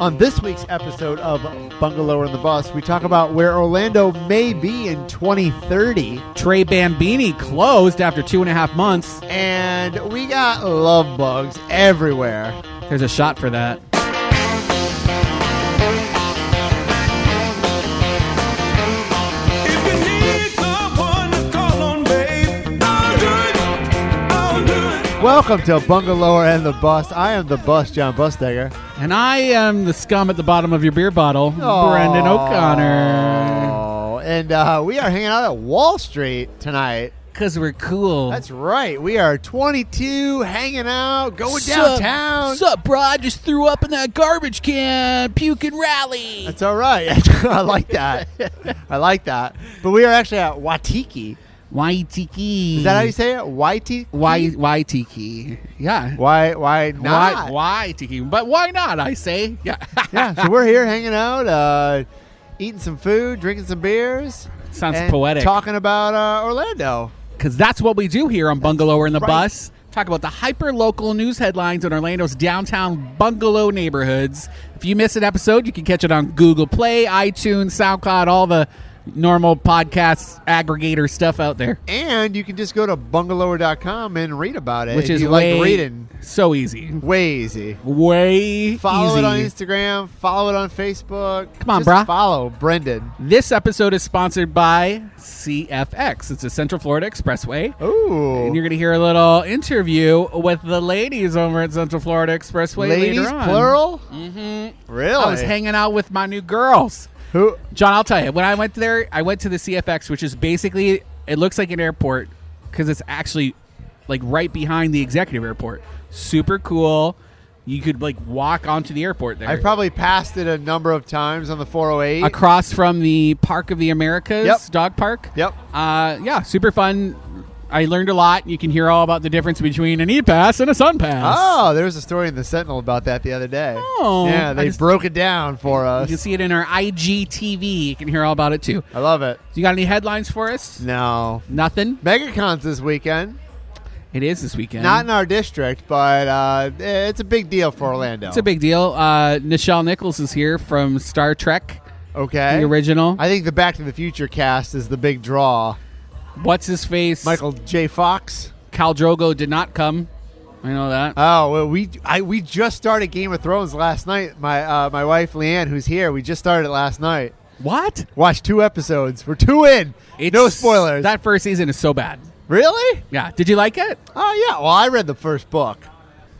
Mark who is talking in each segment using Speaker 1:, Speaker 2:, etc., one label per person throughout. Speaker 1: On this week's episode of Bungalow and the Bus, we talk about where Orlando may be in 2030,
Speaker 2: Trey Bambini closed after two and a half months.
Speaker 1: and we got love bugs everywhere.
Speaker 2: There's a shot for that.
Speaker 3: If you need someone to call on, babe, I'll do it. I'll do it.
Speaker 1: Welcome to Bungalow and the Bus. I am the bus, John Bustegger.
Speaker 2: And I am the scum at the bottom of your beer bottle,
Speaker 1: Aw.
Speaker 2: Brendan O'Connor.
Speaker 1: Oh, and uh, we are hanging out at Wall Street tonight.
Speaker 2: Because we're cool.
Speaker 1: That's right. We are 22, hanging out, going
Speaker 2: Sup-
Speaker 1: downtown.
Speaker 2: Sup, bro? I just threw up in that garbage can. Puke and rally.
Speaker 1: That's all right. I like that. I like that. But we are actually at Watiki.
Speaker 2: Waitiki.
Speaker 1: Is that how you say it? Waitiki?
Speaker 2: Why, why tiki? Yeah.
Speaker 1: Why? Why
Speaker 2: Why,
Speaker 1: not?
Speaker 2: why tiki? But why not? I say. Yeah.
Speaker 1: Yeah. So we're here hanging out, uh, eating some food, drinking some beers.
Speaker 2: Sounds
Speaker 1: and
Speaker 2: poetic.
Speaker 1: Talking about uh, Orlando.
Speaker 2: because that's what we do here on Bungalow or in the
Speaker 1: right.
Speaker 2: Bus. Talk about the hyper local news headlines in Orlando's downtown bungalow neighborhoods. If you miss an episode, you can catch it on Google Play, iTunes, SoundCloud, all the normal podcast aggregator stuff out there,
Speaker 1: And you can just go to bungalower.com and read about it.
Speaker 2: which
Speaker 1: if
Speaker 2: is
Speaker 1: you
Speaker 2: way
Speaker 1: like reading.
Speaker 2: so easy,
Speaker 1: Way easy.
Speaker 2: way
Speaker 1: Follow
Speaker 2: easy.
Speaker 1: it on Instagram. Follow it on Facebook.
Speaker 2: Come on,
Speaker 1: Just
Speaker 2: brah.
Speaker 1: Follow Brendan.
Speaker 2: This episode is sponsored by CFX. It's the Central Florida Expressway. And
Speaker 1: Ooh.
Speaker 2: you're going to hear a little interview with the ladies over at Central Florida Expressway
Speaker 1: Ladies,
Speaker 2: later on.
Speaker 1: plural? Mm-hmm. Really?
Speaker 2: I was hanging out with my new girls.
Speaker 1: Who?
Speaker 2: John, I'll tell you. When I went there, I went to the CFX, which is basically it looks like an airport because it's actually like right behind the executive airport. Super cool. You could like walk onto the airport there.
Speaker 1: I probably passed it a number of times on the 408.
Speaker 2: Across from the Park of the Americas
Speaker 1: Yep.
Speaker 2: dog park.
Speaker 1: Yep.
Speaker 2: Uh, yeah, super fun. I learned a lot. You can hear all about the difference between an e-pass and a sun pass.
Speaker 1: Oh, there was a story in the Sentinel about that the other day.
Speaker 2: Oh.
Speaker 1: yeah,
Speaker 2: I
Speaker 1: they
Speaker 2: just-
Speaker 1: broke it down for
Speaker 2: You can
Speaker 1: us.
Speaker 2: see it in our IGTV. You can hear all about it too.
Speaker 1: I love it.
Speaker 2: You got any headlines for us?
Speaker 1: No,
Speaker 2: Nothing.
Speaker 1: MegaCon's this weekend.
Speaker 2: It is this weekend.
Speaker 1: Not in our district, but uh, it's a big deal for Orlando.
Speaker 2: It's a big deal. Uh, Nichelle Nichols is here from Star Trek,
Speaker 1: okay.
Speaker 2: the original.
Speaker 1: I think the Back to the Future cast is the big draw.
Speaker 2: What's his face?
Speaker 1: Michael J. Fox.
Speaker 2: Cal Drogo did not come. I know that.
Speaker 1: Oh well, we I we just started Game of Thrones last night. My uh, my wife Leanne, who's here, we just started it last night.
Speaker 2: what?
Speaker 1: Watched two episodes. We're two in. no spoilers.
Speaker 2: That first season is so bad.
Speaker 1: really?
Speaker 2: Yeah. Did you like it?
Speaker 1: Oh yeah. Well, I read the first book,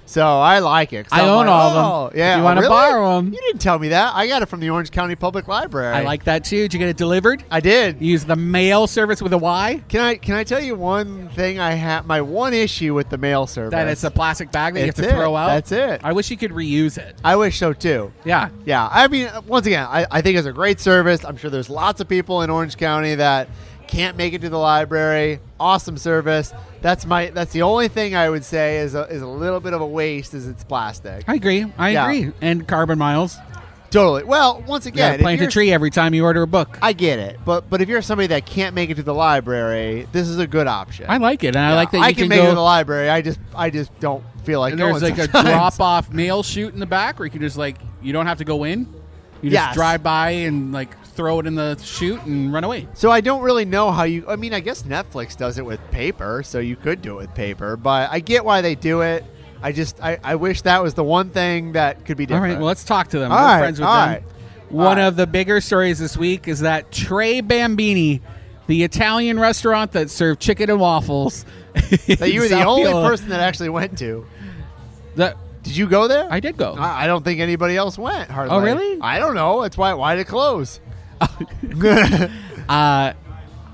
Speaker 1: so I like it. 'Cause
Speaker 2: I
Speaker 1: I'm
Speaker 2: own
Speaker 1: like,
Speaker 2: all of
Speaker 1: "Oh,
Speaker 2: them.
Speaker 1: Yeah.
Speaker 2: If you wanna
Speaker 1: Oh, really?
Speaker 2: borrow 'em."
Speaker 1: You didn't tell me that. I got it from the Orange County Public Library.
Speaker 2: I like that too. Did you get it delivered?
Speaker 1: I did.
Speaker 2: You use the mail service with a Y?
Speaker 1: Can I can I tell you one thing? I have my one issue with the mail service.
Speaker 2: That it's a plastic bag that you
Speaker 1: That's
Speaker 2: have to
Speaker 1: it.
Speaker 2: throw out?
Speaker 1: That's it.
Speaker 2: I wish you could reuse it.
Speaker 1: I wish so too.
Speaker 2: Yeah.
Speaker 1: Yeah, I mean, once again, I, I think it's a great service. I'm sure there's lots of people in Orange County that can't make it to the library. Awesome service. That's my. That's the only thing I would say is a, is a little bit of a waste. Is it's plastic.
Speaker 2: I agree. I
Speaker 1: Yeah.
Speaker 2: agree. And carbon miles.
Speaker 1: Totally. Well, once
Speaker 2: You
Speaker 1: again,
Speaker 2: gotta
Speaker 1: if
Speaker 2: plant a
Speaker 1: you're-
Speaker 2: tree every time you order a book.
Speaker 1: I get it, but but if you're somebody that can't make it to the library, this is a good option.
Speaker 2: I like it. And I
Speaker 1: Yeah,
Speaker 2: like that you
Speaker 1: I
Speaker 2: can,
Speaker 1: make
Speaker 2: go
Speaker 1: it to the library. I just I just don't feel like
Speaker 2: And
Speaker 1: going
Speaker 2: there's like
Speaker 1: sometimes.
Speaker 2: a drop off mail chute in the back where you can just like you don't have to go in. You just
Speaker 1: Yes.
Speaker 2: drive by and like throw it in the chute and run away.
Speaker 1: So I don't really know how you. I mean, I guess Netflix does it with paper, so you could do it with paper. But I get why they do it. I just I, I wish that was the one thing that could be
Speaker 2: All
Speaker 1: different.
Speaker 2: right, well let's talk to them.
Speaker 1: All
Speaker 2: We're
Speaker 1: right,
Speaker 2: friends with
Speaker 1: all
Speaker 2: them.
Speaker 1: right,
Speaker 2: One
Speaker 1: all
Speaker 2: of the bigger stories this week is that Trey Bambini, the Italian restaurant that served chicken and waffles,
Speaker 1: that you were
Speaker 2: in
Speaker 1: the
Speaker 2: South
Speaker 1: only
Speaker 2: Villa,
Speaker 1: person that actually went to.
Speaker 2: that
Speaker 1: Did you go there?
Speaker 2: I did go.
Speaker 1: I, I don't think anybody else went. Hardly.
Speaker 2: Oh, really?
Speaker 1: I don't know. That's why why did it close?
Speaker 2: Uh,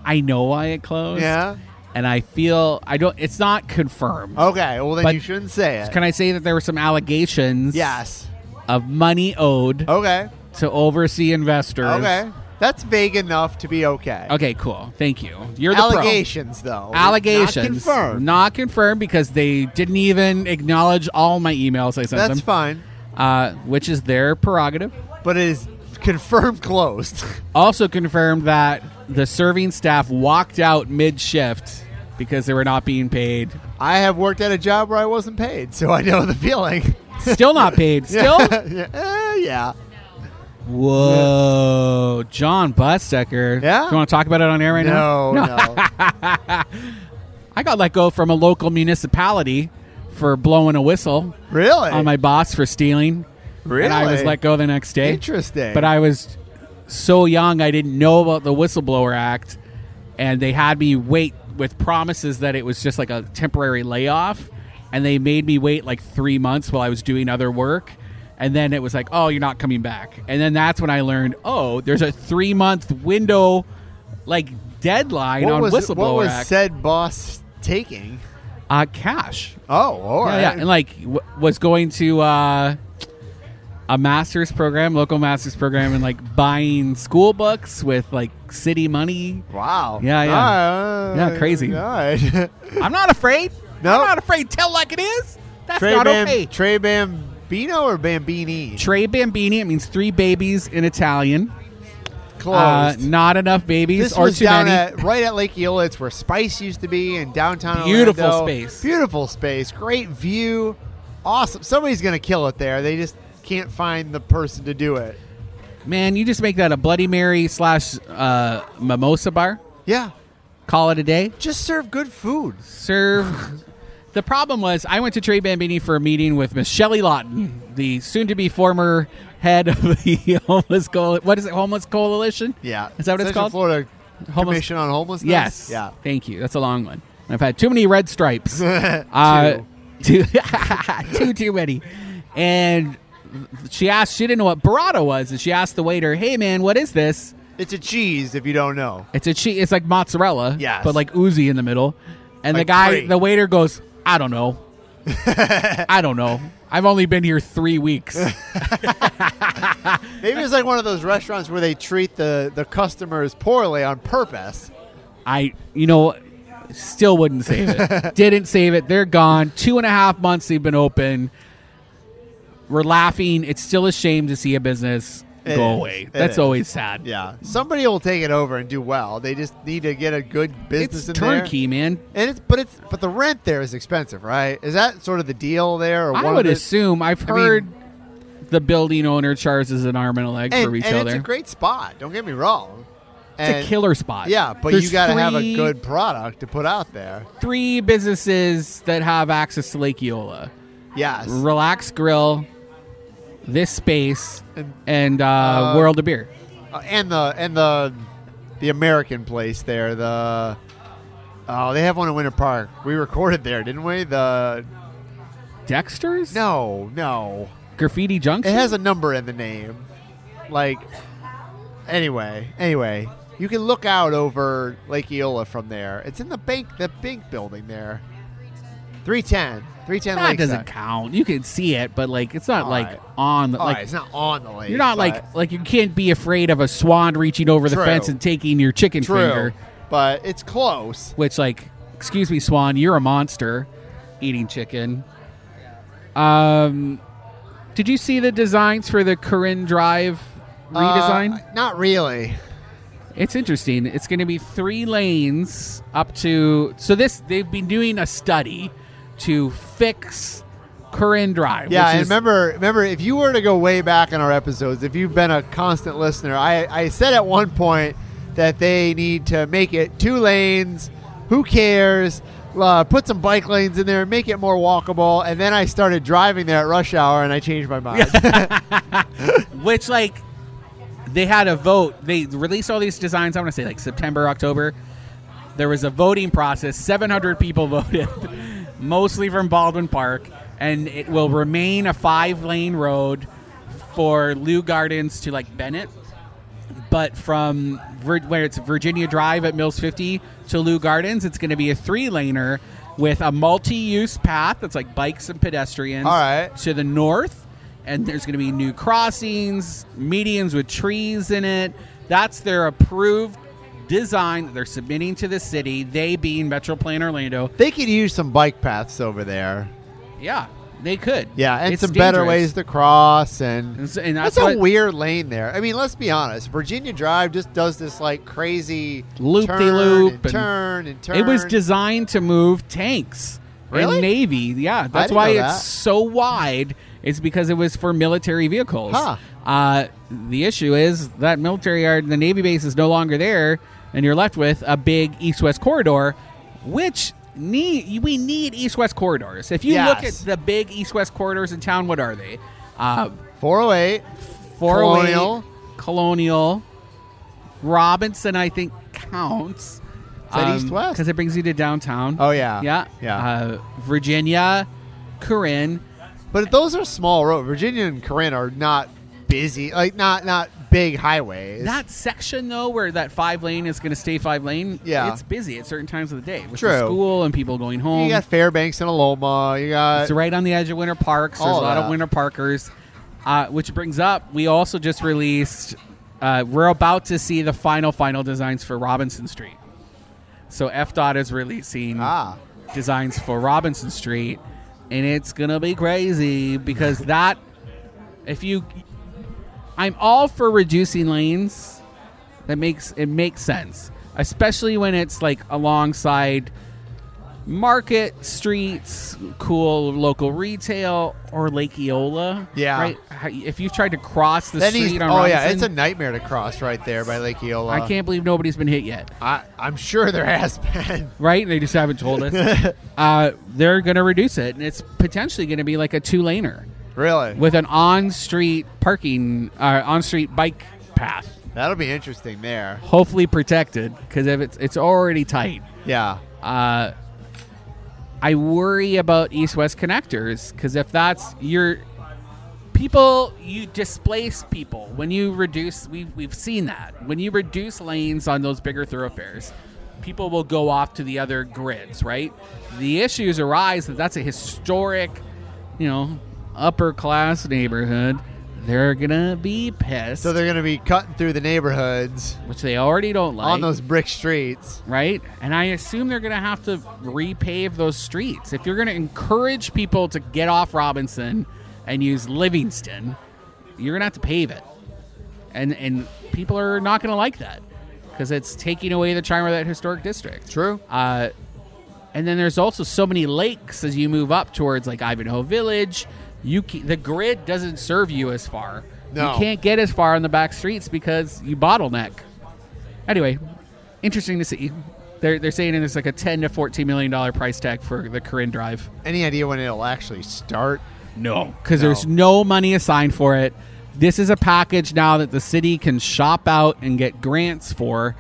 Speaker 2: I know why it closed.
Speaker 1: Yeah.
Speaker 2: and I feel I don't. It's not confirmed.
Speaker 1: Okay. Well, then
Speaker 2: But-
Speaker 1: you shouldn't say it.
Speaker 2: Can I say that there were some allegations?
Speaker 1: yes.
Speaker 2: of money owed
Speaker 1: Okay.
Speaker 2: to oversee investors.
Speaker 1: Okay. That's vague enough to be okay.
Speaker 2: Okay, cool. Thank you. You're the pro.
Speaker 1: Allegations, though.
Speaker 2: Allegations.
Speaker 1: Not confirmed.
Speaker 2: Not confirmed because they didn't even acknowledge all my emails I sent
Speaker 1: That's
Speaker 2: them,
Speaker 1: fine.
Speaker 2: uh, which is their prerogative.
Speaker 1: but it is confirmed closed.
Speaker 2: Also confirmed that the serving staff walked out mid shift because they were not being paid.
Speaker 1: I have worked at a job where I wasn't paid, so I know the feeling.
Speaker 2: Still not paid. Still?
Speaker 1: yeah. eh, yeah.
Speaker 2: Whoa. John Buttsucker.
Speaker 1: Yeah?
Speaker 2: Do you want to talk about it on air right now?
Speaker 1: No, no.
Speaker 2: I got let go from a local municipality for blowing a whistle
Speaker 1: really?
Speaker 2: on my boss for stealing.
Speaker 1: really?
Speaker 2: And I was let go the next day.
Speaker 1: Interesting.
Speaker 2: But I was so young, I didn't know about the Whistleblower Act, and they had me wait with promises that it was just like a temporary layoff, and they made me wait like three months while I was doing other work. And then it was like, oh, you're not coming back. And then that's when I learned, oh, there's a three month window, like deadline
Speaker 1: what
Speaker 2: on
Speaker 1: was,
Speaker 2: Whistleblower
Speaker 1: what was
Speaker 2: Act.
Speaker 1: said boss taking?
Speaker 2: uh, cash.
Speaker 1: Oh, all
Speaker 2: Yeah,
Speaker 1: right.
Speaker 2: yeah, and like w- was going to uh, a master's program, local master's program, and like buying school books with like city money.
Speaker 1: wow.
Speaker 2: Yeah, yeah.
Speaker 1: All right.
Speaker 2: Yeah, crazy.
Speaker 1: All right.
Speaker 2: I'm not afraid.
Speaker 1: No.
Speaker 2: I'm not afraid. Tell like it is. That's
Speaker 1: Trey,
Speaker 2: not
Speaker 1: Bam-
Speaker 2: okay.
Speaker 1: Trey Bambino or Bambini?
Speaker 2: Tre bambini. It means three babies in Italian.
Speaker 1: Closed.
Speaker 2: Uh, not enough babies
Speaker 1: this
Speaker 2: or
Speaker 1: was
Speaker 2: too
Speaker 1: down
Speaker 2: many.
Speaker 1: at right at Lake Eola. It's where Spice used to be in downtown.
Speaker 2: Beautiful
Speaker 1: Orlando.
Speaker 2: space.
Speaker 1: Beautiful space. Great view. Awesome. Somebody's gonna kill it there. They just can't find the person to do it.
Speaker 2: Man, you just make that a Bloody Mary slash uh, mimosa bar.
Speaker 1: Yeah.
Speaker 2: Call it a day.
Speaker 1: Just serve good food.
Speaker 2: serve. the problem was I went to Trey Bambini for a meeting with Miss Shelley Lawton, the soon-to-be former head of the homeless coal. What is it? Homeless Coalition.
Speaker 1: Yeah.
Speaker 2: Is that what it's
Speaker 1: Central
Speaker 2: called?
Speaker 1: Florida
Speaker 2: Homeless-
Speaker 1: Commission on Homelessness.
Speaker 2: Yes.
Speaker 1: Yeah.
Speaker 2: Thank you. That's a long one. I've had too many red stripes. Uh, too, too, too many. And she asked. She didn't know what burrata was, and she asked the waiter, "Hey, man, what is this?"
Speaker 1: It's a cheese if you don't know.
Speaker 2: It's a cheese. It's like mozzarella,
Speaker 1: Yes.
Speaker 2: but like oozy in the middle. And
Speaker 1: Like
Speaker 2: the guy,
Speaker 1: brie.
Speaker 2: the waiter goes, "I don't know. I don't know. I've only been here three weeks."
Speaker 1: Maybe it's like one of those restaurants where they treat the, the customers poorly on purpose.
Speaker 2: I, you know, still wouldn't save it. Didn't save it. They're gone. Two and a half months they've been open. We're laughing. It's still a shame to see a business
Speaker 1: It
Speaker 2: go
Speaker 1: is.
Speaker 2: away.
Speaker 1: It
Speaker 2: That's
Speaker 1: is.
Speaker 2: always sad.
Speaker 1: Yeah. Somebody will take it over and do well. They just need to get a good business
Speaker 2: It's
Speaker 1: in there.
Speaker 2: turnkey, man.
Speaker 1: And it's but it's but the rent there is expensive, right? Is that sort of the deal there? Or
Speaker 2: I
Speaker 1: one
Speaker 2: would
Speaker 1: of the,
Speaker 2: assume. I've
Speaker 1: I mean-
Speaker 2: heard the building owner charges an arm and a leg for
Speaker 1: and, and
Speaker 2: retail
Speaker 1: it's
Speaker 2: there.
Speaker 1: a great spot. Don't get me wrong.
Speaker 2: It's a killer spot.
Speaker 1: Yeah, but
Speaker 2: There's
Speaker 1: you got to have a
Speaker 2: three-
Speaker 1: good product to put out there.
Speaker 2: three businesses that have access to Lake Eola:
Speaker 1: Yes.
Speaker 2: Relax Grill, this space,
Speaker 1: And-
Speaker 2: and uh,
Speaker 1: Uh,
Speaker 2: World of Beer.
Speaker 1: Uh, and the and the the American place there. The oh, they have one in Winter Park. We recorded there, didn't we? The
Speaker 2: Dexter's?
Speaker 1: no, no.
Speaker 2: Graffiti Junction.
Speaker 1: It has a number in the name. Like anyway, anyway, you can look out over Lake Eola from there. It's in the bank, the bank building there. 310. 310
Speaker 2: that
Speaker 1: Lakeside.
Speaker 2: doesn't count. You can see it, but like it's not
Speaker 1: All
Speaker 2: like
Speaker 1: right.
Speaker 2: on the
Speaker 1: All
Speaker 2: like.
Speaker 1: right, Oh, it's not on the lake.
Speaker 2: you're not
Speaker 1: but-
Speaker 2: like like you can't be afraid of a swan reaching over the
Speaker 1: True.
Speaker 2: fence and taking your chicken
Speaker 1: true,
Speaker 2: finger.
Speaker 1: but it's close.
Speaker 2: Which like, excuse me, swan, you're a monster, eating chicken. Um, did you see the designs for the Corinne Drive redesign?
Speaker 1: Uh, not really.
Speaker 2: It's interesting. It's going to be three lanes up to. So this they've been doing a study to fix Curran Drive.
Speaker 1: Yeah,
Speaker 2: which
Speaker 1: and
Speaker 2: is-
Speaker 1: remember, remember, if you were to go way back in our episodes, if you've been a constant listener, I, I said at one point that they need to make it two lanes. Who cares? Uh, put some bike lanes in there, make it more walkable. And then I started driving there at rush hour, and I changed my mind.
Speaker 2: which like they had a vote. They released all these designs. I want to say like September, October. There was a voting process. Seven hundred people voted, mostly from Baldwin Park, and it will remain a five-lane road for Lou Gardens to like Bennett. but from Vir- where it's Virginia Drive at Mills 50 to Lou Gardens, it's going to be a three laner with a multi use path that's like bikes and pedestrians
Speaker 1: All right.
Speaker 2: to the north. And there's going to be new crossings, medians with trees in it. That's their approved design that they're submitting to the city, they being Metroplan Orlando.
Speaker 1: they could use some bike paths over there.
Speaker 2: Yeah, they could.
Speaker 1: Yeah, and
Speaker 2: It's
Speaker 1: some better
Speaker 2: dangerous.
Speaker 1: ways to cross. And,
Speaker 2: And so- and
Speaker 1: that's,
Speaker 2: that's
Speaker 1: a
Speaker 2: what-
Speaker 1: weird lane there. I mean, let's be honest. Virginia Drive just does this like crazy turn and
Speaker 2: Loop-de-loop and-
Speaker 1: turn and turn.
Speaker 2: It was designed to move tanks
Speaker 1: Really?
Speaker 2: and Navy. Yeah, that's
Speaker 1: didn't
Speaker 2: why
Speaker 1: know
Speaker 2: it's
Speaker 1: that.
Speaker 2: so wide. It's because it was for military vehicles.
Speaker 1: Huh.
Speaker 2: Uh, the issue is that military yard, the Navy base, is no longer there, and you're left with a big east-west corridor, which need we need east-west corridors. If you look at
Speaker 1: Yes.
Speaker 2: the big east-west corridors in town, what are they? Uh,
Speaker 1: 408.
Speaker 2: 408,
Speaker 1: Colonial.
Speaker 2: Colonial, Robinson, I think counts.
Speaker 1: that east-west?
Speaker 2: because it brings you to downtown.
Speaker 1: Oh, yeah.
Speaker 2: yeah,
Speaker 1: Yeah.
Speaker 2: Uh, Virginia, Corinne.
Speaker 1: But those are small roads. Virginia and Corinne are not busy, like not not big highways.
Speaker 2: That section though, where that five lane is going to stay five lane,
Speaker 1: Yeah.
Speaker 2: it's busy at certain times of the day with
Speaker 1: True.
Speaker 2: the school and people going home.
Speaker 1: you got Fairbanks and Aloma. You got
Speaker 2: it's right on the edge of Winter Parks. There's a
Speaker 1: Uh, All
Speaker 2: lot of
Speaker 1: that.
Speaker 2: Winter Parkers, uh, which brings up we also just released. Uh, we're about to see the final final designs for Robinson Street. So F dot is releasing
Speaker 1: ah.
Speaker 2: designs for Robinson Street, and it's gonna be crazy because that if you, I'm all for reducing lanes. That makes it makes sense, especially when it's like alongside market streets, cool local retail, or Lake Eola.
Speaker 1: Yeah.
Speaker 2: right. How- If you tried to cross the
Speaker 1: Then he's,
Speaker 2: street
Speaker 1: oh
Speaker 2: on
Speaker 1: yeah, it's a
Speaker 2: Robinson,
Speaker 1: nightmare to cross right there by Lake Eola.
Speaker 2: I can't believe nobody's been hit yet.
Speaker 1: I, I'm sure there has been.
Speaker 2: right? They just haven't told us. uh, they're going to reduce it, and it's potentially going to be like a two laner
Speaker 1: really,
Speaker 2: with an on-street parking, uh, on-street bike path,
Speaker 1: that'll be interesting there.
Speaker 2: hopefully protected because if it's it's already tight.
Speaker 1: Yeah,
Speaker 2: Uh, I worry about east-west connectors because if that's your people, you displace people when you reduce. We've we've seen that when you reduce lanes on those bigger thoroughfares, people will go off to the other grids. Right? The issues arise that that's a historic, you know, upper class neighborhood. They're gonna be pissed,
Speaker 1: so they're gonna be cutting through the neighborhoods
Speaker 2: which they already don't like
Speaker 1: on those brick streets.
Speaker 2: right? And I assume they're going to have to repave those streets. If you're going to encourage people to get off Robinson and use Livingston, you're going to have to pave it. And and people are not going to like that because it's taking away the charm of that historic district.
Speaker 1: True.
Speaker 2: Uh, and then there's also so many lakes as you move up towards like Ivanhoe Village. You ca- the grid doesn't serve you as far.
Speaker 1: No.
Speaker 2: You can't get as far on the back streets because you bottleneck. Anyway, interesting to see. They're, they're saying there's like a ten to fourteen million dollar price tag for the Corinne Drive.
Speaker 1: Any idea when it'll actually start?
Speaker 2: No, because there's no money assigned for it. This is a package now that the city can shop out and get grants for.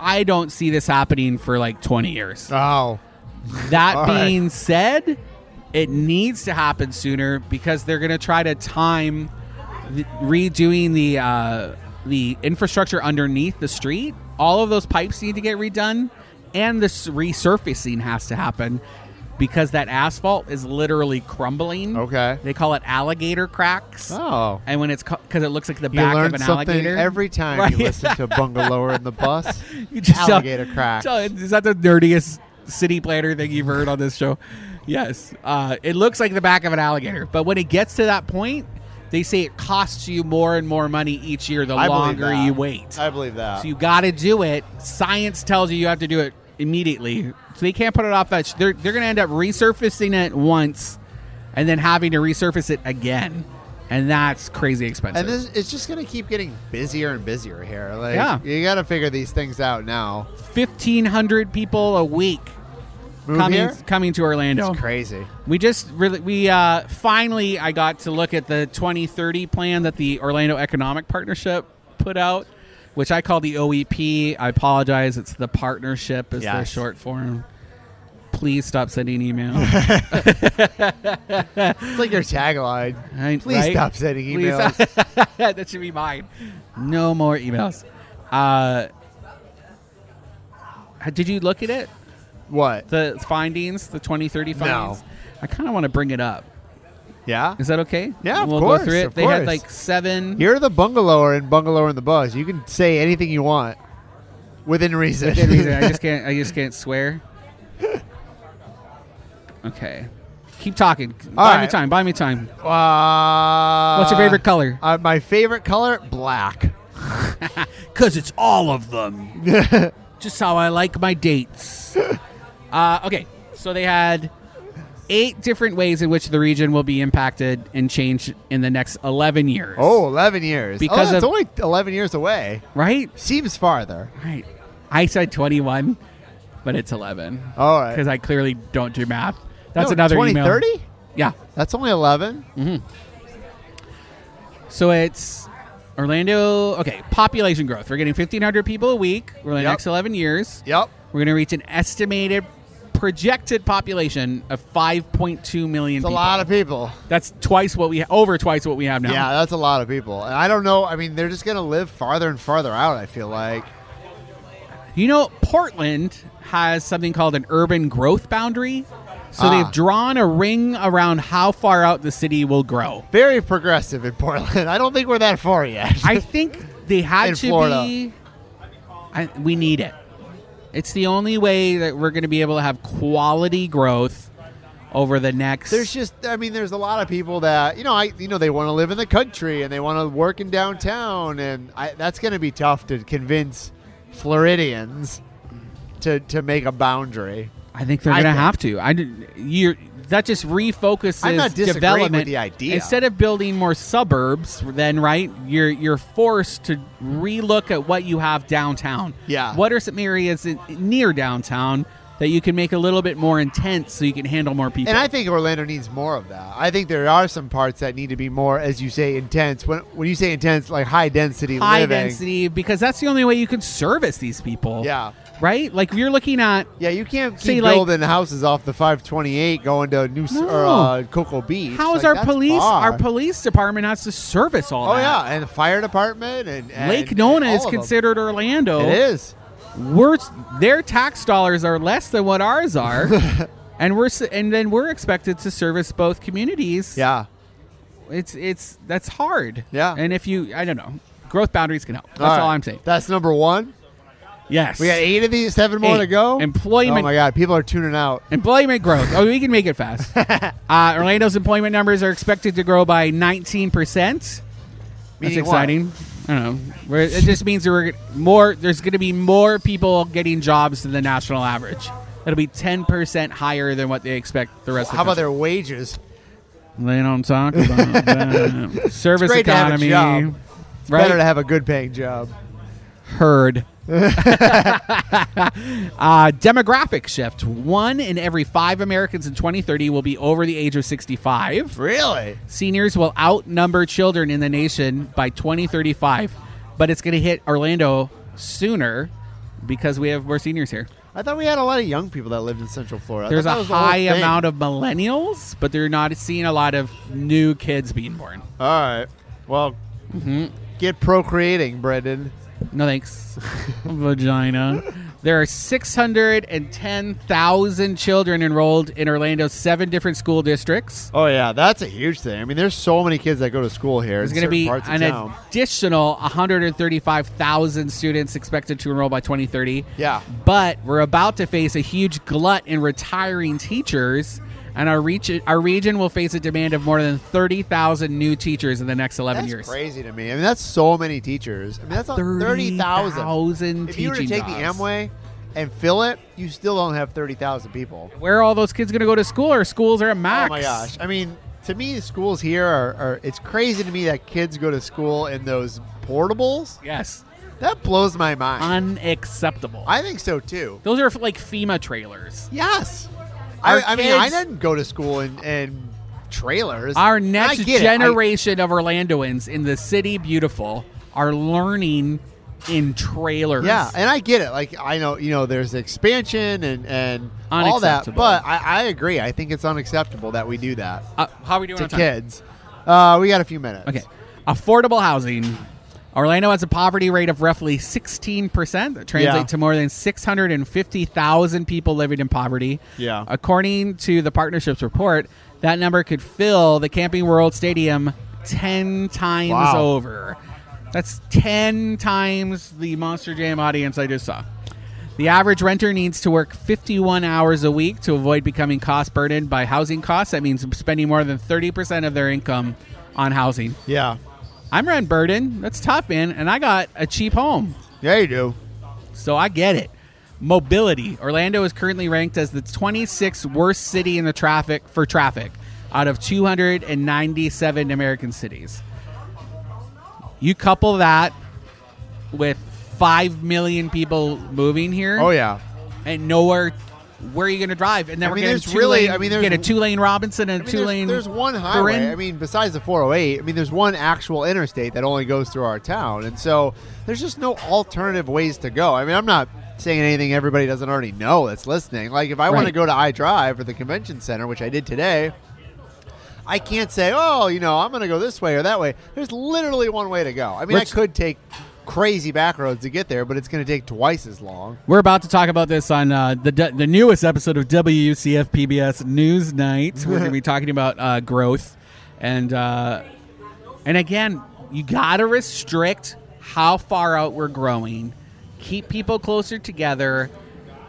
Speaker 2: I don't see this happening for like twenty years.
Speaker 1: Oh,
Speaker 2: That
Speaker 1: All right.
Speaker 2: being said, it needs to happen sooner because they're going to try to time the, redoing the uh, the infrastructure underneath the street. All of those pipes need to get redone, and this resurfacing has to happen because that asphalt is literally crumbling.
Speaker 1: Okay.
Speaker 2: they call it alligator cracks.
Speaker 1: oh.
Speaker 2: And when it's because it looks like the
Speaker 1: You
Speaker 2: back of
Speaker 1: learn
Speaker 2: an
Speaker 1: something
Speaker 2: alligator
Speaker 1: every time
Speaker 2: Right.
Speaker 1: you listen to Bungalower in the Bus.
Speaker 2: You just tell-
Speaker 1: alligator cracks.
Speaker 2: tell- is that the nerdiest city planner thing you've heard on this show? Yes. Uh, it looks like the back of an alligator, but when it gets to that point, they say it costs you more and more money each year the
Speaker 1: I believe
Speaker 2: longer
Speaker 1: that.
Speaker 2: you wait.
Speaker 1: I believe that.
Speaker 2: so you got to do it. Science tells you you have to do it immediately. So they can't put it off. That sh- they're they're going to end up resurfacing it once, and then having to resurface it again, and that's crazy expensive.
Speaker 1: and this, it's just gonna keep getting busier and busier here. Like,
Speaker 2: Yeah.
Speaker 1: you got to figure these things out now.
Speaker 2: Fifteen hundred people a week
Speaker 1: Move
Speaker 2: coming
Speaker 1: here?
Speaker 2: coming to Orlando.
Speaker 1: It's crazy.
Speaker 2: We just really we uh, finally I got to look at the 2030 plan that the Orlando Economic Partnership put out, which I call the OEP. I apologize; it's the partnership is their
Speaker 1: Yes.
Speaker 2: short form. Please stop sending email.
Speaker 1: It's like your tagline.
Speaker 2: Right,
Speaker 1: Please
Speaker 2: right?
Speaker 1: stop sending
Speaker 2: Please-
Speaker 1: emails.
Speaker 2: that should be mine. No more emails. Uh, did you look at it?
Speaker 1: what?
Speaker 2: The findings, the 2030 findings. I kind of want to bring it up.
Speaker 1: Yeah.
Speaker 2: Is that okay?
Speaker 1: Yeah, of
Speaker 2: we'll
Speaker 1: course,
Speaker 2: go through it.
Speaker 1: of
Speaker 2: they
Speaker 1: course.
Speaker 2: had like seven.
Speaker 1: You're the bungalower in Bungalower in the Bus. You can say anything you want within reason.
Speaker 2: Good reason. I just can't. I just can't swear. Okay, keep talking. buy me
Speaker 1: right.
Speaker 2: time. Buy me time.
Speaker 1: Uh,
Speaker 2: What's your favorite color?
Speaker 1: Uh, my favorite color, black.
Speaker 2: Cause it's all of them. just how I like my dates. uh, okay, So they had eight different ways in which the region will be impacted and changed in the next 11 years.
Speaker 1: Oh, 11 years.
Speaker 2: Because
Speaker 1: oh, it's
Speaker 2: of-
Speaker 1: only 11 years away.
Speaker 2: Right?
Speaker 1: Seems farther.
Speaker 2: Right. I said 21, but it's 11.
Speaker 1: All right.
Speaker 2: Oh, Because I clearly don't do math. That's
Speaker 1: No,
Speaker 2: another
Speaker 1: 20,
Speaker 2: email.
Speaker 1: 30?
Speaker 2: Yeah.
Speaker 1: That's only 11?
Speaker 2: So it's Orlando. Okay. Population growth. We're getting 1,500 people a week over the
Speaker 1: Yep.
Speaker 2: next 11 years.
Speaker 1: Yep.
Speaker 2: We're going to reach an estimated projected population of 5.2 million
Speaker 1: It's a
Speaker 2: people.
Speaker 1: lot of people.
Speaker 2: That's twice what we over twice what we have now.
Speaker 1: Yeah, that's a lot of people. And I don't know. I mean, they're just going to live farther and farther out, I feel like.
Speaker 2: You know, Portland has something called an urban growth boundary. So
Speaker 1: Ah.
Speaker 2: they've drawn a ring around how far out the city will grow.
Speaker 1: Very progressive in Portland. I don't think we're that far yet.
Speaker 2: I think they had
Speaker 1: In
Speaker 2: to
Speaker 1: Florida.
Speaker 2: be. I, we need it. It's the only way that we're going to be able to have quality growth over the next.
Speaker 1: There's just, I mean, there's a lot of people that you know, I you know, they want to live in the country and they want to work in downtown, and I, that's going to be tough to convince Floridians to to make a boundary.
Speaker 2: I think they're
Speaker 1: I
Speaker 2: going to
Speaker 1: think-
Speaker 2: have to. I didn't- you're that just refocuses
Speaker 1: I'm not disagreeing with
Speaker 2: development.
Speaker 1: the idea.
Speaker 2: Instead of building more suburbs, then right, you're you're forced to relook at what you have downtown.
Speaker 1: Yeah.
Speaker 2: What are some areas in, near downtown that you can make a little bit more intense so you can handle more people?
Speaker 1: And I think Orlando needs more of that. I think there are some parts that need to be more, as you say, intense. When when you say intense, like high density
Speaker 2: high
Speaker 1: living.
Speaker 2: density because that's the only way you can service these people.
Speaker 1: Yeah.
Speaker 2: Right? Like you're looking at
Speaker 1: Yeah, you can't keep
Speaker 2: See, like-
Speaker 1: building houses off the 528 going to New
Speaker 2: No.
Speaker 1: or uh, Cocoa Beach.
Speaker 2: how is
Speaker 1: Like,
Speaker 2: our
Speaker 1: that's
Speaker 2: police
Speaker 1: far.
Speaker 2: our police department has to service all
Speaker 1: Oh
Speaker 2: that.
Speaker 1: yeah, and the fire department and, and
Speaker 2: Lake Nona
Speaker 1: all
Speaker 2: is
Speaker 1: of them.
Speaker 2: considered Orlando.
Speaker 1: It is.
Speaker 2: We're s- their tax dollars are less than what ours are. And we're s- and then we're expected to service both communities.
Speaker 1: Yeah.
Speaker 2: it's it's that's hard.
Speaker 1: Yeah.
Speaker 2: and if you, I don't know, growth boundaries can help. That's all,
Speaker 1: right.
Speaker 2: I'm saying.
Speaker 1: That's number one.
Speaker 2: Yes,
Speaker 1: We got eight of these, seven more
Speaker 2: Eight.
Speaker 1: to go.
Speaker 2: Employment-
Speaker 1: Oh my god, people are tuning out.
Speaker 2: Employment growth. Oh, we can make it fast. uh, Orlando's employment numbers are expected to grow by 19 percent. That's
Speaker 1: Meaning what?
Speaker 2: exciting. I don't know. We're, it just means there were more. There's going to be more people getting jobs than the national average. It'll be 10 percent higher than what they expect the rest.
Speaker 1: How
Speaker 2: of the
Speaker 1: about their wages?
Speaker 2: country. they don't talk about that. service
Speaker 1: Great to have a
Speaker 2: economy?
Speaker 1: job.
Speaker 2: Right,
Speaker 1: Better to have a good paying job.
Speaker 2: heard. uh, demographic shift. One in every five Americans in 2030 will be over the age of 65.
Speaker 1: Really?
Speaker 2: seniors will outnumber children in the nation by 2035 but it's going to hit orlando sooner because we have more seniors here
Speaker 1: I thought we had a lot of young people that lived in Central Florida. I
Speaker 2: there's
Speaker 1: thought that
Speaker 2: a
Speaker 1: was the
Speaker 2: high
Speaker 1: whole thing.
Speaker 2: amount of millennials but they're not seeing a lot of new kids being born
Speaker 1: All right. Well,
Speaker 2: Mm-hmm.
Speaker 1: get procreating, Brendan.
Speaker 2: no thanks vagina there are 610000 children enrolled in orlando's seven different school districts
Speaker 1: Oh yeah, that's a huge thing. I mean, there's so many kids that go to school here.
Speaker 2: There's
Speaker 1: going to
Speaker 2: be
Speaker 1: parts of
Speaker 2: an
Speaker 1: town.
Speaker 2: additional 135,000 students expected to enroll by 2030.
Speaker 1: Yeah.
Speaker 2: But we're about to face a huge glut in retiring teachers, and our, reach, our region will face a demand of more than 30,000 new teachers in the next 11
Speaker 1: That's
Speaker 2: years.
Speaker 1: crazy to me. I mean, that's so many teachers. I mean, that's not- 30,000.
Speaker 2: 30,000
Speaker 1: If you were to
Speaker 2: teaching
Speaker 1: take the
Speaker 2: jobs.
Speaker 1: Amway and fill it, you still don't have 30,000 people.
Speaker 2: Where are all those kids going to go to school? Our schools are at max.
Speaker 1: Oh my gosh! I mean, to me, schools here are, are it's crazy to me that kids go to school in those portables.
Speaker 2: Yes.
Speaker 1: That blows my mind.
Speaker 2: Unacceptable.
Speaker 1: I think so too.
Speaker 2: those are like FEMA trailers.
Speaker 1: Yes,
Speaker 2: Our
Speaker 1: I, I mean, I
Speaker 2: kids-
Speaker 1: didn't go to school in, in trailers.
Speaker 2: Our
Speaker 1: And I
Speaker 2: next
Speaker 1: get it. I-
Speaker 2: generation of Orlandoans in the city beautiful are learning in trailers.
Speaker 1: Yeah, and I get it. Like I know, you know, there's expansion and and all that,
Speaker 2: Unacceptable.
Speaker 1: but I, I agree. I think it's unacceptable that we do that
Speaker 2: Uh, how are we doing
Speaker 1: to
Speaker 2: on time?
Speaker 1: kids. Uh, we got a few minutes.
Speaker 2: Okay. Affordable housing. Orlando has a poverty rate of roughly 16%. That translates
Speaker 1: Yeah.
Speaker 2: to more than 650,000 people living in poverty.
Speaker 1: Yeah.
Speaker 2: According to the partnership's report, that number could fill the Camping World Stadium 10 times
Speaker 1: Wow.
Speaker 2: over. That's 10 times the Monster Jam audience I just saw. The average renter needs to work 51 hours a week to avoid becoming cost burdened by housing costs. That means spending more than 30% of their income on housing.
Speaker 1: Yeah.
Speaker 2: I'm rent burdened. That's tough, man. And I got a cheap home,
Speaker 1: Yeah, you do.
Speaker 2: so I get it. Mobility. Orlando is currently ranked as the 26th worst city in the traffic for traffic out of 297 American cities. You couple that with 5 million people moving here
Speaker 1: Oh yeah.
Speaker 2: and nowhere where are you going to drive? And then
Speaker 1: I
Speaker 2: we're
Speaker 1: mean,
Speaker 2: going
Speaker 1: there's
Speaker 2: to
Speaker 1: really- I
Speaker 2: I mean,
Speaker 1: mean, there's-
Speaker 2: get a two-lane Robinson and a
Speaker 1: I mean, there's-
Speaker 2: two-lane.
Speaker 1: There's, one highway.
Speaker 2: Corinne.
Speaker 1: I mean, besides the 408, I mean, there's one actual interstate that only goes through our town, and so there's just no alternative ways to go. I mean, I'm not saying anything everybody doesn't already know that's listening. Like, if I want to
Speaker 2: Right.
Speaker 1: go to I Drive or the convention center, which I did today. I can't say, oh, you know, I'm going to go this way or that way. There's literally one way to go. I mean,
Speaker 2: Let's-
Speaker 1: I could take crazy back roads to get there, but it's going to take twice as long.
Speaker 2: We're about to talk about this on uh, the the newest episode of WUCF PBS News Night. We're going to be talking about uh, growth, and uh, and again, you got to restrict how far out we're growing. Keep people closer together,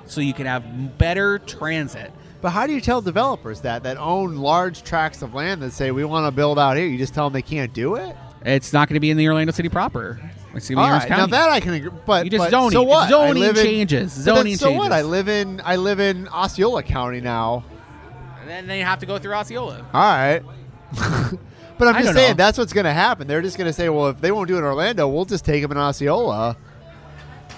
Speaker 2: so you can have better transit.
Speaker 1: But how do you tell developers that that own large tracts of land that say we want to build out here? You just tell them they can't do it.
Speaker 2: It's not going to be in the Orlando City proper. It's going to be
Speaker 1: All
Speaker 2: Orange
Speaker 1: right, now
Speaker 2: County.
Speaker 1: that I can agree, but
Speaker 2: You just
Speaker 1: but
Speaker 2: zoning.
Speaker 1: So what? I
Speaker 2: Zoning
Speaker 1: live in-
Speaker 2: changes.
Speaker 1: But then
Speaker 2: Zoning
Speaker 1: So what?
Speaker 2: changes.
Speaker 1: I live in I live in Osceola County now.
Speaker 2: and then they have to go through Osceola.
Speaker 1: All right. but I'm
Speaker 2: I
Speaker 1: just
Speaker 2: don't
Speaker 1: saying
Speaker 2: know.
Speaker 1: that's what's going to happen. They're just going to say, well, if they won't do it in Orlando, we'll just take them in Osceola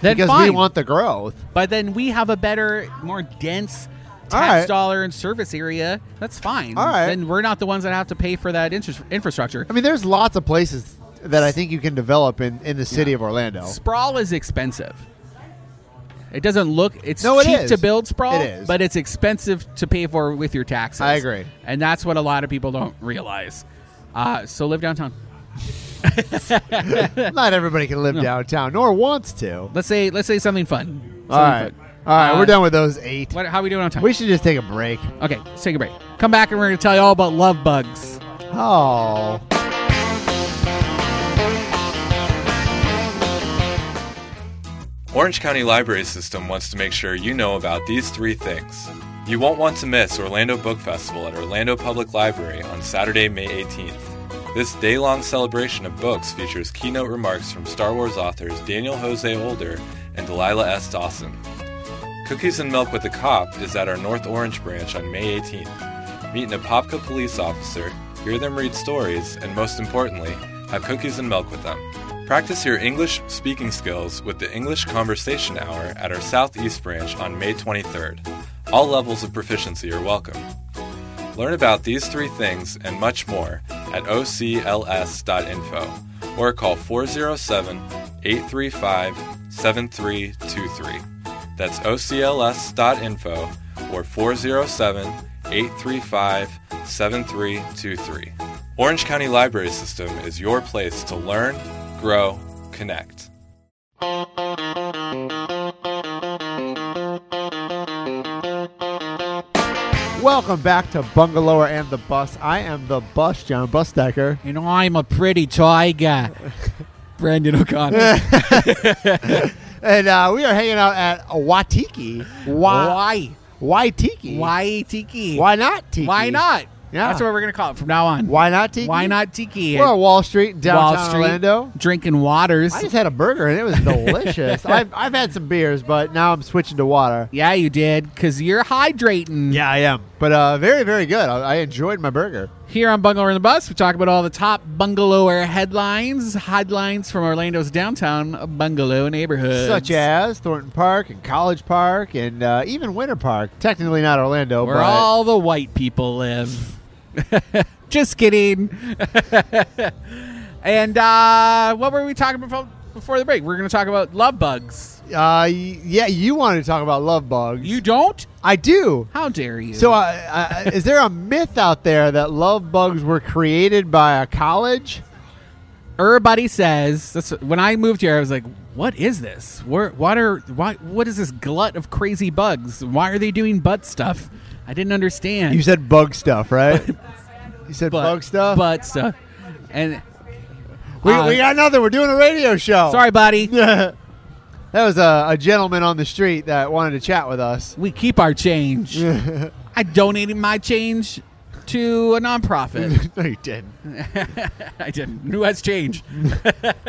Speaker 2: Then
Speaker 1: because
Speaker 2: fine.
Speaker 1: we want the growth.
Speaker 2: But then we have a better, more dense tax
Speaker 1: All right.
Speaker 2: dollar and service area. That's fine.
Speaker 1: All right.
Speaker 2: Then we're not the ones that have to pay for that interest, infrastructure.
Speaker 1: I mean, there's lots of places that I think you can develop in, in the city of Orlando.
Speaker 2: Sprawl is expensive. It doesn't look. It's
Speaker 1: No, it
Speaker 2: cheap
Speaker 1: is.
Speaker 2: to build sprawl,
Speaker 1: It is.
Speaker 2: but it's expensive to pay for with your taxes.
Speaker 1: I agree.
Speaker 2: and that's what a lot of people don't realize. Uh, so live downtown.
Speaker 1: Not everybody can live downtown nor wants to.
Speaker 2: Let's say let's say something fun.
Speaker 1: All right.
Speaker 2: Something fun.
Speaker 1: All right,
Speaker 2: Uh,
Speaker 1: we're done with those eight.
Speaker 2: What, how are we doing on time?
Speaker 1: We should just take a break.
Speaker 2: okay, let's take a break. Come back and we're going to tell you all about love bugs.
Speaker 1: Oh.
Speaker 4: Orange County Library System wants to make sure you know about these three things. You won't want to miss Orlando Book Festival at Orlando Public Library on Saturday, May 18th. This day long celebration of books features keynote remarks from Star Wars authors Daniel Jose Older and Delilah S. Dawson. Cookies and Milk with the Cop is at our North Orange branch on May 18th. Meet an Apopka police officer, hear them read stories, and most importantly, have cookies and milk with them. Practice your English speaking skills with the English Conversation Hour at our Southeast branch on May 23rd. All levels of proficiency are welcome. Learn about these three things and much more at ocls.info or call 407 835 7323. That's ocls.info or 407 835 7323. Orange County Library System is your place to learn, grow, connect.
Speaker 1: Welcome back to Bungalower and the Bus. I am the Bus, John Busdecker.
Speaker 2: And I'm a pretty tiger. Brandon O'Connor.
Speaker 1: And uh, we are hanging out at Watiki. Why?
Speaker 2: Why?
Speaker 1: Why Tiki?
Speaker 2: Why tiki?
Speaker 1: Why not Tiki?
Speaker 2: Why not?
Speaker 1: Yeah.
Speaker 2: That's what we're going to call it from now on.
Speaker 1: Why not Tiki?
Speaker 2: Why not tiki?
Speaker 1: We're on Wall Street, in downtown
Speaker 2: Wall Street,
Speaker 1: Orlando.
Speaker 2: Drinking waters.
Speaker 1: I just had a burger and it was delicious. I've, I've had some beers, but now I'm switching to water.
Speaker 2: yeah, you did, because you're hydrating.
Speaker 1: I am. But uh, very, very good. I, I enjoyed my burger.
Speaker 2: Here on Bungalow in the Bus, we talk about all the top bungalower headlines, headlines from Orlando's downtown bungalow neighborhood.
Speaker 1: such as Thornton Park and College Park and uh, even Winter Park. Technically not Orlando,
Speaker 2: where
Speaker 1: but
Speaker 2: all the white people live. Just kidding. and uh, what were we talking about before the break? We are going to talk about love bugs.
Speaker 1: uh, y- yeah, you wanted to talk about love bugs.
Speaker 2: You don't?
Speaker 1: I do.
Speaker 2: How dare you?
Speaker 1: So, uh, uh, is there a myth out there that love bugs were created by a college?
Speaker 2: everybody says that's when I moved here. I was like, "What is this? Where, what are why? What is this glut of crazy bugs? Why are they doing butt stuff? I didn't understand.
Speaker 1: You said bug stuff, right? you said bug stuff.
Speaker 2: butt stuff, and
Speaker 1: we,
Speaker 2: uh,
Speaker 1: we got another. We're doing a radio show.
Speaker 2: sorry, buddy.
Speaker 1: that was a, a gentleman on the street that wanted to chat with us.
Speaker 2: we keep our change. I donated my change to a nonprofit.
Speaker 1: no, you didn't.
Speaker 2: I didn't. Who has change?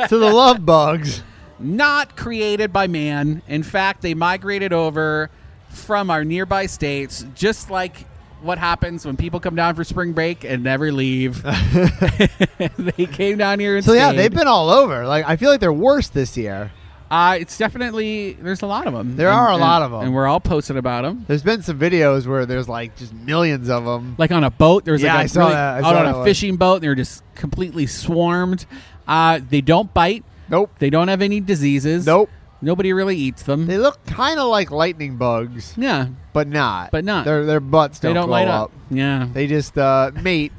Speaker 1: so the love bugs.
Speaker 2: not created by man. In fact, they migrated over from our nearby states, just like what happens when people come down for spring break and never leave. they came down here and
Speaker 1: So yeah,
Speaker 2: stayed.
Speaker 1: they've been all over. Like I feel like they're worse this year.
Speaker 2: Uh, it's definitely there's a lot of them.
Speaker 1: There are a lot of 'em.
Speaker 2: and we're all posting about them.
Speaker 1: There's been some videos where there's like just millions of them.
Speaker 2: Like on a boat, there was
Speaker 1: Yeah,
Speaker 2: like a
Speaker 1: I saw
Speaker 2: really-
Speaker 1: that. I
Speaker 2: out
Speaker 1: saw
Speaker 2: on
Speaker 1: that
Speaker 2: a
Speaker 1: one.
Speaker 2: fishing boat, and they were just completely swarmed. Uh, they don't bite.
Speaker 1: Nope.
Speaker 2: They don't have any diseases.
Speaker 1: Nope.
Speaker 2: Nobody really eats them.
Speaker 1: They look kind of like lightning bugs,
Speaker 2: yeah,
Speaker 1: but not.
Speaker 2: But not.
Speaker 1: Their their butts
Speaker 2: they
Speaker 1: don't,
Speaker 2: don't
Speaker 1: blow
Speaker 2: light
Speaker 1: up.
Speaker 2: up. Yeah,
Speaker 1: They just uh, mate,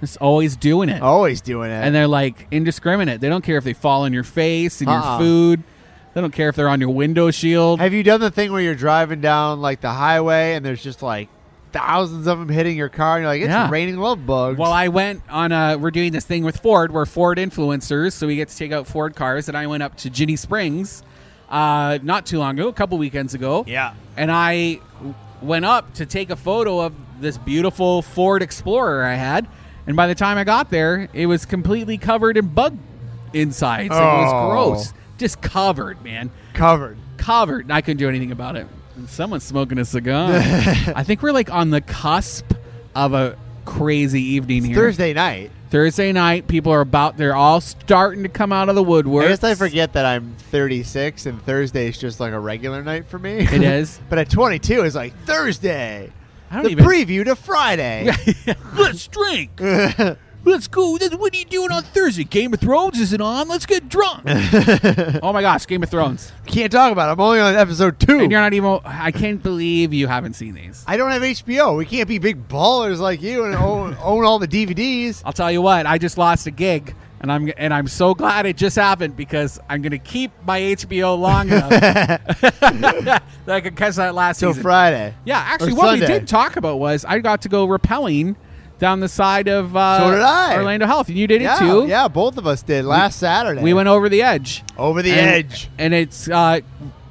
Speaker 2: just always doing it,
Speaker 1: always doing it.
Speaker 2: and they're like indiscriminate. They don't care if they fall on your face in
Speaker 1: Uh-uh.
Speaker 2: your food. They don't care if they're on your window shield.
Speaker 1: Have you done the thing where you're driving down like the highway and there's just like thousands of them hitting your car and you're like, it's
Speaker 2: Yeah.
Speaker 1: raining love bugs.
Speaker 2: Well, I went on a. We're doing this thing with Ford. We're Ford influencers, so we get to take out Ford cars. And I went up to Ginny Springs, uh, not too long ago, a couple weekends ago.
Speaker 1: Yeah.
Speaker 2: And I w- went up to take a photo of this beautiful Ford Explorer I had. And by the time I got there, it was completely covered in bug insides. It
Speaker 1: Oh.
Speaker 2: was gross, just covered, man,
Speaker 1: covered.
Speaker 2: covered. And I couldn't do anything about it. And someone's smoking a cigar. I think we're like on the cusp of a crazy evening here.
Speaker 1: Thursday night.
Speaker 2: Thursday night, people are about. They're all starting to come out of the woodwork.
Speaker 1: I guess I forget that I'm 36 and Thursday is just like a regular night for me.
Speaker 2: It is.
Speaker 1: but at 22, it's like Thursday.
Speaker 2: I don't
Speaker 1: the
Speaker 2: even-
Speaker 1: preview to Friday.
Speaker 2: Let's drink. Let's go. This- What are you doing on Thursday? Game of Thrones isn't on. Let's get drunk. oh my gosh, Game of Thrones!
Speaker 1: Can't talk about it. I'm only on episode two.
Speaker 2: And you're not even. I can't believe you haven't seen these.
Speaker 1: I don't have HBO. We can't be big ballers like you and own, own all the DVDs.
Speaker 2: I'll tell you what. I just lost a gig, and I'm and I'm so glad it just happened because I'm gonna keep my HBO long enough that I can catch that last
Speaker 1: Till
Speaker 2: season.
Speaker 1: Friday.
Speaker 2: Yeah, actually,
Speaker 1: Or
Speaker 2: what we
Speaker 1: Sunday.
Speaker 2: did talk about was I got to go rappelling down the side of uh,
Speaker 1: So did I.
Speaker 2: Orlando Health, and you did
Speaker 1: Yeah,
Speaker 2: it too.
Speaker 1: yeah, both of us did last Saturday.
Speaker 2: we went over the edge,
Speaker 1: over the
Speaker 2: And-
Speaker 1: edge.
Speaker 2: and it's uh,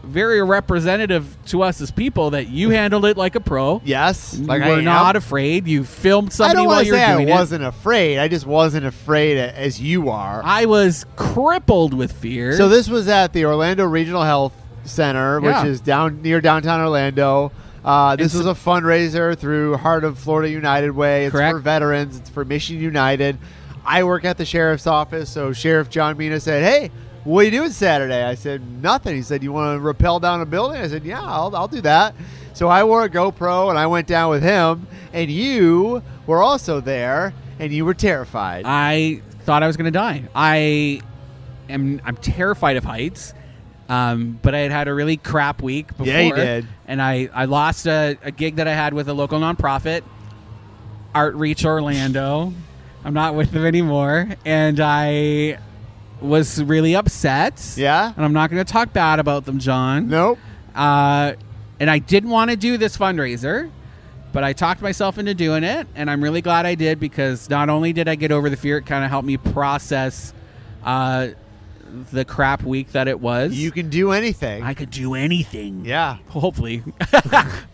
Speaker 2: very representative to us as people that you handled it like a pro.
Speaker 1: Yes, like
Speaker 2: you were
Speaker 1: I
Speaker 2: not
Speaker 1: am.
Speaker 2: afraid. You filmed
Speaker 1: I
Speaker 2: somebody
Speaker 1: don't
Speaker 2: while
Speaker 1: want to
Speaker 2: you were
Speaker 1: say I
Speaker 2: doing it.
Speaker 1: wasn't afraid. I just wasn't afraid a- as you are.
Speaker 2: I was crippled with fear.
Speaker 1: So this was at the Orlando Regional Health Center,
Speaker 2: Yeah.
Speaker 1: which is down near downtown Orlando. Uh, this
Speaker 2: It's-
Speaker 1: was a fundraiser through Heart of Florida United Way. It's
Speaker 2: Correct.
Speaker 1: for veterans. It's for Mission United. I work at the sheriff's office, so Sheriff John Mina said, "Hey, what are you doing Saturday?" I said, "Nothing." He said, "You want to rappel down a building?" I said, "Yeah, I'll, I'll do that." So I wore a GoPro and I went down with him, and you were also there, and you were terrified.
Speaker 2: I thought I was going to die. I am. I'm terrified of heights. Um, but I had had a really crap week before.
Speaker 1: Yeah, you did.
Speaker 2: And I, I lost a, a gig that I had with a local nonprofit, Outreach Orlando. I'm not with them anymore. And I was really upset.
Speaker 1: Yeah?
Speaker 2: And I'm not going to talk bad about them, John.
Speaker 1: nope.
Speaker 2: Uh, and I didn't want to do this fundraiser, but I talked myself into doing it, and I'm really glad I did because not only did I get over the fear, it kind of helped me process uh, the crap week that it was.
Speaker 1: You can do anything.
Speaker 2: I could do anything.
Speaker 1: yeah.
Speaker 2: Hopefully.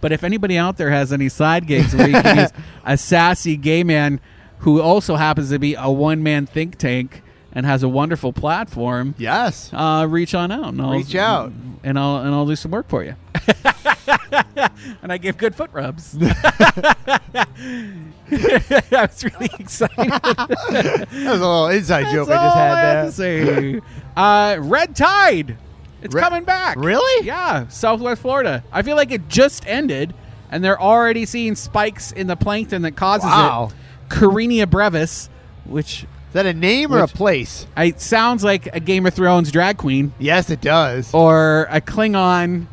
Speaker 2: but if anybody out there has any side gigs where you can use a sassy gay man who also happens to be a one man think tank and has a wonderful platform,
Speaker 1: Yes.
Speaker 2: uh, reach on out. And I'll,
Speaker 1: Reach out.
Speaker 2: and I'll and I'll do some work for you. and I give good foot rubs. I was really excited.
Speaker 1: That was a little inside joke
Speaker 2: That's
Speaker 1: I just had
Speaker 2: all had
Speaker 1: there.
Speaker 2: to say. Uh, Red Tide, it's
Speaker 1: Re-
Speaker 2: coming back.
Speaker 1: Really?
Speaker 2: Yeah, Southwest Florida. I feel like it just ended, and they're already seeing spikes in the plankton that causes
Speaker 1: Wow.
Speaker 2: it. Karenia brevis, which
Speaker 1: Is that a name or a
Speaker 2: Which-
Speaker 1: place?
Speaker 2: I, sounds like a Game of Thrones drag queen
Speaker 1: Yes, it
Speaker 2: Oh,
Speaker 1: does.
Speaker 2: or a Klingon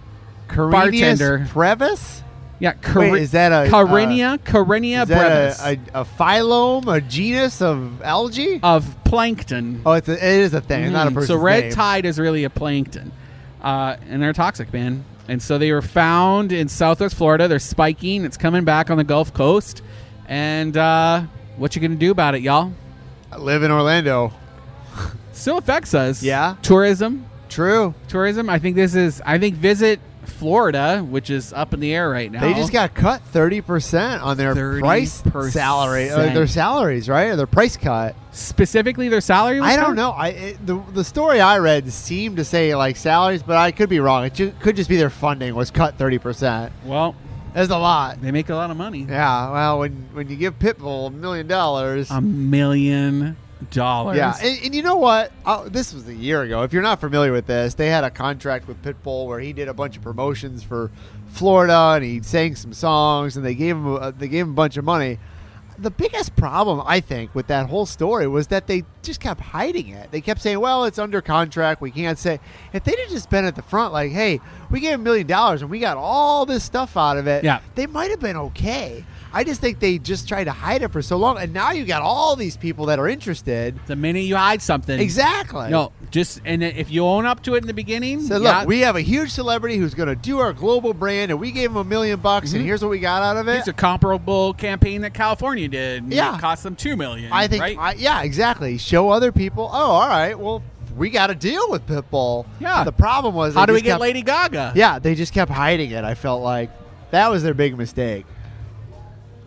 Speaker 2: bartender.
Speaker 1: Karenius Previs?
Speaker 2: Yeah, Cari-
Speaker 1: Wait, is that a- uh,
Speaker 2: Carinia Carinia
Speaker 1: Is that
Speaker 2: brevis
Speaker 1: a, a, a phylum, a genus of algae?
Speaker 2: of plankton?
Speaker 1: oh, it's a, it is a thing. It's not a
Speaker 2: Uh, Mm,
Speaker 1: person.
Speaker 2: so red tide is really a plankton, uh, and they're toxic, man. And so they were found in Southwest Florida. They're spiking. It's coming back on the Gulf Coast, and uh, what you gonna do about it, y'all?
Speaker 1: I live in Orlando.
Speaker 2: Still affects us.
Speaker 1: Yeah.
Speaker 2: tourism,
Speaker 1: True.
Speaker 2: tourism. I think this is. I think visit Florida, which is up in the air right now.
Speaker 1: They just got cut thirty percent on their price
Speaker 2: 30%.
Speaker 1: salary, uh, their salaries, right? Or their price cut.
Speaker 2: specifically their salary. was
Speaker 1: I
Speaker 2: cut?
Speaker 1: don't know. I it, the the story I read seemed to say like salaries, but I could be wrong. It ju- could just be their funding was cut thirty percent.
Speaker 2: Well,
Speaker 1: That's a lot.
Speaker 2: they make a lot of money.
Speaker 1: Yeah. Well, when when you give Pitbull a million dollars,
Speaker 2: A million dollars.
Speaker 1: yeah, and, and you know what? i this was a year ago. If you're not familiar with this, they had a contract with Pitbull where he did a bunch of promotions for Florida, and he sang some songs, and they gave him a, they gave him a bunch of money. The biggest problem, I think, with that whole story was that they just kept hiding it. They kept saying, "Well, it's under contract. We can't say." If they'd have just been at the front, like, "Hey, we gave a million dollars and we got all this stuff out of it,"
Speaker 2: Yeah.
Speaker 1: they might have been okay. I just think they just tried to hide it for so long, and now you got all these people that are interested,
Speaker 2: the minute you hide something,
Speaker 1: Exactly.
Speaker 2: No, just and if you own up to it in the beginning,
Speaker 1: So look,
Speaker 2: yeah,
Speaker 1: we have a huge celebrity who's going to do our global brand, and we gave him a million bucks, and here's what we got out of
Speaker 2: it's
Speaker 1: it.
Speaker 2: Mm-hmm. a comparable campaign that California did. and
Speaker 1: Yeah.
Speaker 2: it cost them two million.
Speaker 1: I think,
Speaker 2: right?
Speaker 1: I, yeah, exactly. Show other people. Oh, all right. Well, we got to deal with Pitbull.
Speaker 2: Yeah.
Speaker 1: The problem was,
Speaker 2: How
Speaker 1: they
Speaker 2: do we
Speaker 1: just
Speaker 2: get
Speaker 1: kept-
Speaker 2: Lady Gaga?
Speaker 1: Yeah, they just kept hiding it. I felt like that was their big mistake.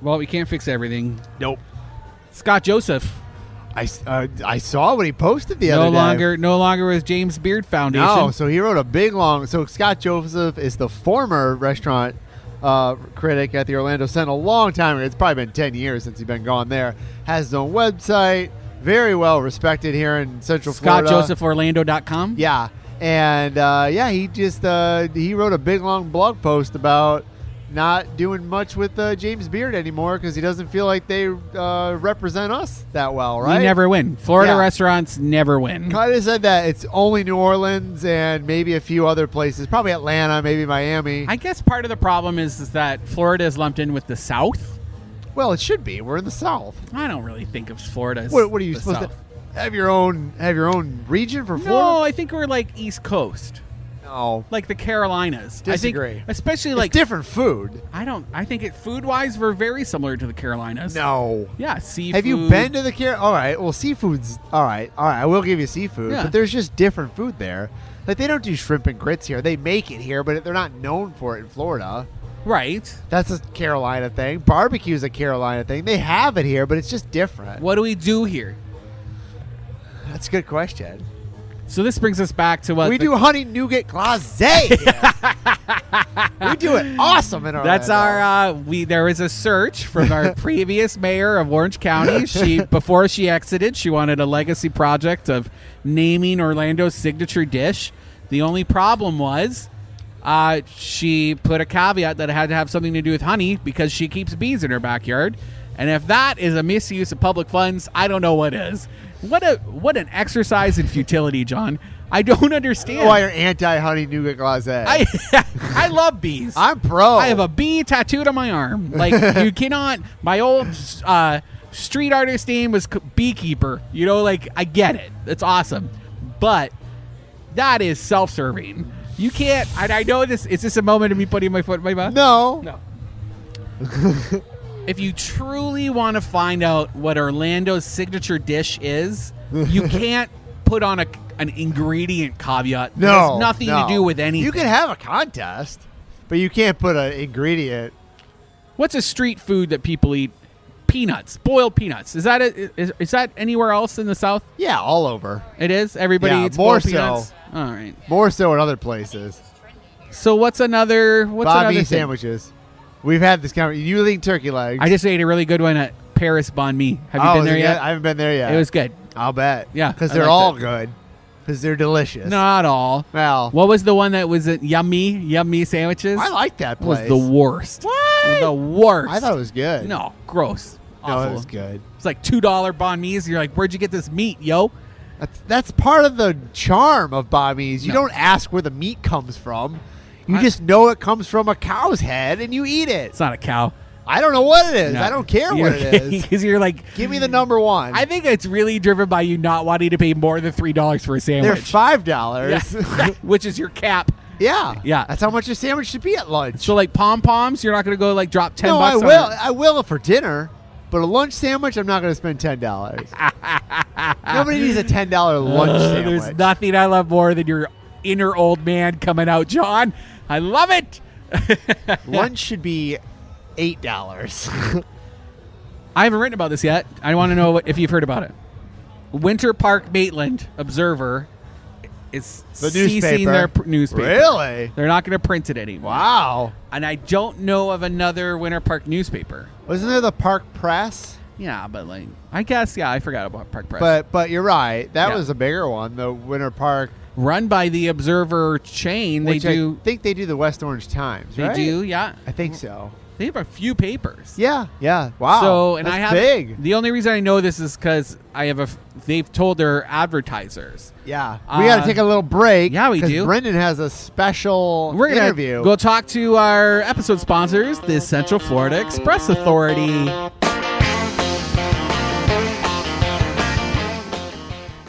Speaker 2: Well, we can't fix everything.
Speaker 1: Nope.
Speaker 2: Scott Joseph
Speaker 1: I, s- uh, I saw what he posted the other
Speaker 2: no
Speaker 1: day.
Speaker 2: longer no longer with James Beard Foundation.
Speaker 1: No, so he wrote a big long. So Scott Joseph is the former restaurant uh, critic at the Orlando Sentinel. A long time ago, it's probably been ten years since he's been gone there. Has his own website, very well respected here in Central Florida.
Speaker 2: ScottJosephOrlando.com.
Speaker 1: yeah, and uh, yeah, he just uh, he wrote a big long blog post about not doing much with uh, James Beard anymore because he doesn't feel like they uh, represent us that well,
Speaker 2: We
Speaker 1: right?
Speaker 2: never win. Florida
Speaker 1: Yeah.
Speaker 2: restaurants never win.
Speaker 1: Kind of said that it's only New Orleans and maybe a few other places, probably Atlanta, maybe Miami.
Speaker 2: I guess part of the problem is, is that Florida is lumped in with the South.
Speaker 1: well, it should be. We're in the South.
Speaker 2: I don't really think of Florida as
Speaker 1: What, what are you
Speaker 2: the
Speaker 1: supposed
Speaker 2: South.
Speaker 1: to have your own have your own region for
Speaker 2: No,
Speaker 1: Florida?
Speaker 2: I think we're like East Coast,
Speaker 1: No,
Speaker 2: like the Carolinas. I
Speaker 1: Disagree.
Speaker 2: think, especially
Speaker 1: it's
Speaker 2: like
Speaker 1: different food.
Speaker 2: I don't. I think it food wise, we're very similar to the Carolinas.
Speaker 1: No.
Speaker 2: Yeah, seafood.
Speaker 1: Have you been to the Car? All right. Well, seafood's all right. All right. I will give you seafood,
Speaker 2: Yeah.
Speaker 1: but there's just different food there. Like they don't do shrimp and grits here. They make it here, but they're not known for it in Florida.
Speaker 2: right?
Speaker 1: That's a Carolina thing. Barbecue's a Carolina thing. They have it here, but it's just different.
Speaker 2: What do we do here?
Speaker 1: That's a good question.
Speaker 2: So this brings us back to what
Speaker 1: we
Speaker 2: the-
Speaker 1: do honey nougat glaze. we do it awesome in our.
Speaker 2: That's our uh, we. There was a search from our previous mayor of Orange County. She before she exited, she wanted a legacy project of naming Orlando's signature dish. The only problem was uh, she put a caveat that it had to have something to do with honey because she keeps bees in her backyard. And if that is a misuse of public funds, I don't know what is. What a what an exercise in futility, John. I don't understand.
Speaker 1: why you're anti honey nougat glaze.
Speaker 2: uh, I I love bees.
Speaker 1: am pro.
Speaker 2: I have a bee tattooed on my arm. Like you cannot. My old uh, street artist name was c- beekeeper. You know, like I get it. That's awesome, but that is self-serving. You can't. And I know this. Is this a moment of me putting my foot in my mouth?
Speaker 1: no.
Speaker 2: No. if you truly want to find out what Orlando's signature dish is, you can't put on a an ingredient caveat. that
Speaker 1: No,
Speaker 2: has nothing
Speaker 1: no.
Speaker 2: to do with anything.
Speaker 1: You can have a contest, but you can't put an ingredient.
Speaker 2: What's a street food that people eat? Peanuts, boiled peanuts. Is that a, is, is that anywhere else in the South?
Speaker 1: Yeah, all over.
Speaker 2: It is. Everybody
Speaker 1: Yeah,
Speaker 2: eats
Speaker 1: more
Speaker 2: boiled
Speaker 1: so.
Speaker 2: peanuts. All right.
Speaker 1: More so in other places.
Speaker 2: So what's another? What's another
Speaker 1: Bobby
Speaker 2: thing?
Speaker 1: sandwiches. We've had this conversation. You eating turkey legs?
Speaker 2: I just ate a really good one at Paris Bon Me. Have you
Speaker 1: Oh, is
Speaker 2: been
Speaker 1: it
Speaker 2: there
Speaker 1: good?
Speaker 2: yet?
Speaker 1: I haven't been there yet.
Speaker 2: It was good.
Speaker 1: I'll bet.
Speaker 2: Yeah,
Speaker 1: because
Speaker 2: I
Speaker 1: they're
Speaker 2: liked
Speaker 1: all
Speaker 2: it.
Speaker 1: good. Because they're delicious.
Speaker 2: Not all.
Speaker 1: Well,
Speaker 2: What was the one that was at yummy? Yummy sandwiches.
Speaker 1: I like that
Speaker 2: It was
Speaker 1: place.
Speaker 2: the worst. What? The worst.
Speaker 1: I thought it was good.
Speaker 2: no gross.
Speaker 1: no,
Speaker 2: Awful.
Speaker 1: it was good.
Speaker 2: It's like two dollar bon me's. You're like, where'd you get this meat, yo?
Speaker 1: That's, that's part of the charm of Bobby's. You
Speaker 2: No.
Speaker 1: don't ask where the meat comes from. You
Speaker 2: I-
Speaker 1: just know it comes from a cow's head and you eat it.
Speaker 2: It's not a cow.
Speaker 1: I don't know what it is. I don't care what it is.
Speaker 2: because you're like
Speaker 1: Give me the number one.
Speaker 2: I think it's really driven by you not wanting to pay more than three dollars for a
Speaker 1: They're
Speaker 2: sandwich,
Speaker 1: five dollars.
Speaker 2: Yeah. which is your cap.
Speaker 1: yeah,
Speaker 2: Yeah.
Speaker 1: That's how much your sandwich should be at lunch.
Speaker 2: So like pom poms, you're not going to go like drop ten
Speaker 1: no, I
Speaker 2: bucks. on
Speaker 1: will.
Speaker 2: it.
Speaker 1: I will for dinner, but a lunch sandwich, I'm not going to spend ten dollars. Nobody needs a ten dollar lunch
Speaker 2: Ugh,
Speaker 1: sandwich.
Speaker 2: There's nothing I love more than your inner old man coming out, John. I love it.
Speaker 1: Lunch should be eight dollars.
Speaker 2: I haven't written about this yet. I want to know what, if you've heard about it. Winter Park Maitland Observer is
Speaker 1: The
Speaker 2: ceasing
Speaker 1: newspaper.
Speaker 2: their pr- newspaper.
Speaker 1: Really?
Speaker 2: They're not going to print it anymore.
Speaker 1: Wow.
Speaker 2: And I don't know of another Winter Park newspaper.
Speaker 1: Wasn't there the Park Press?
Speaker 2: Yeah, but like, I guess, yeah, I forgot about Park Press.
Speaker 1: But but you're right. That
Speaker 2: Yeah.
Speaker 1: was a bigger one. The Winter Park.
Speaker 2: Run by the Observer chain,
Speaker 1: which
Speaker 2: they do.
Speaker 1: I think they do the West Orange Times.
Speaker 2: They
Speaker 1: right?
Speaker 2: do, yeah.
Speaker 1: I think so.
Speaker 2: They have a few papers.
Speaker 1: Yeah. Yeah. Wow.
Speaker 2: So, and
Speaker 1: That's
Speaker 2: I have
Speaker 1: big.
Speaker 2: The only reason I know this is because I have a. f- They've told their advertisers.
Speaker 1: Yeah. we got
Speaker 2: Uh,
Speaker 1: to take a little break.
Speaker 2: yeah, we
Speaker 1: 'cause
Speaker 2: do.
Speaker 1: Brendan has a special
Speaker 2: We're gonna
Speaker 1: interview.
Speaker 2: go talk to our episode sponsors, the Central Florida Express Authority.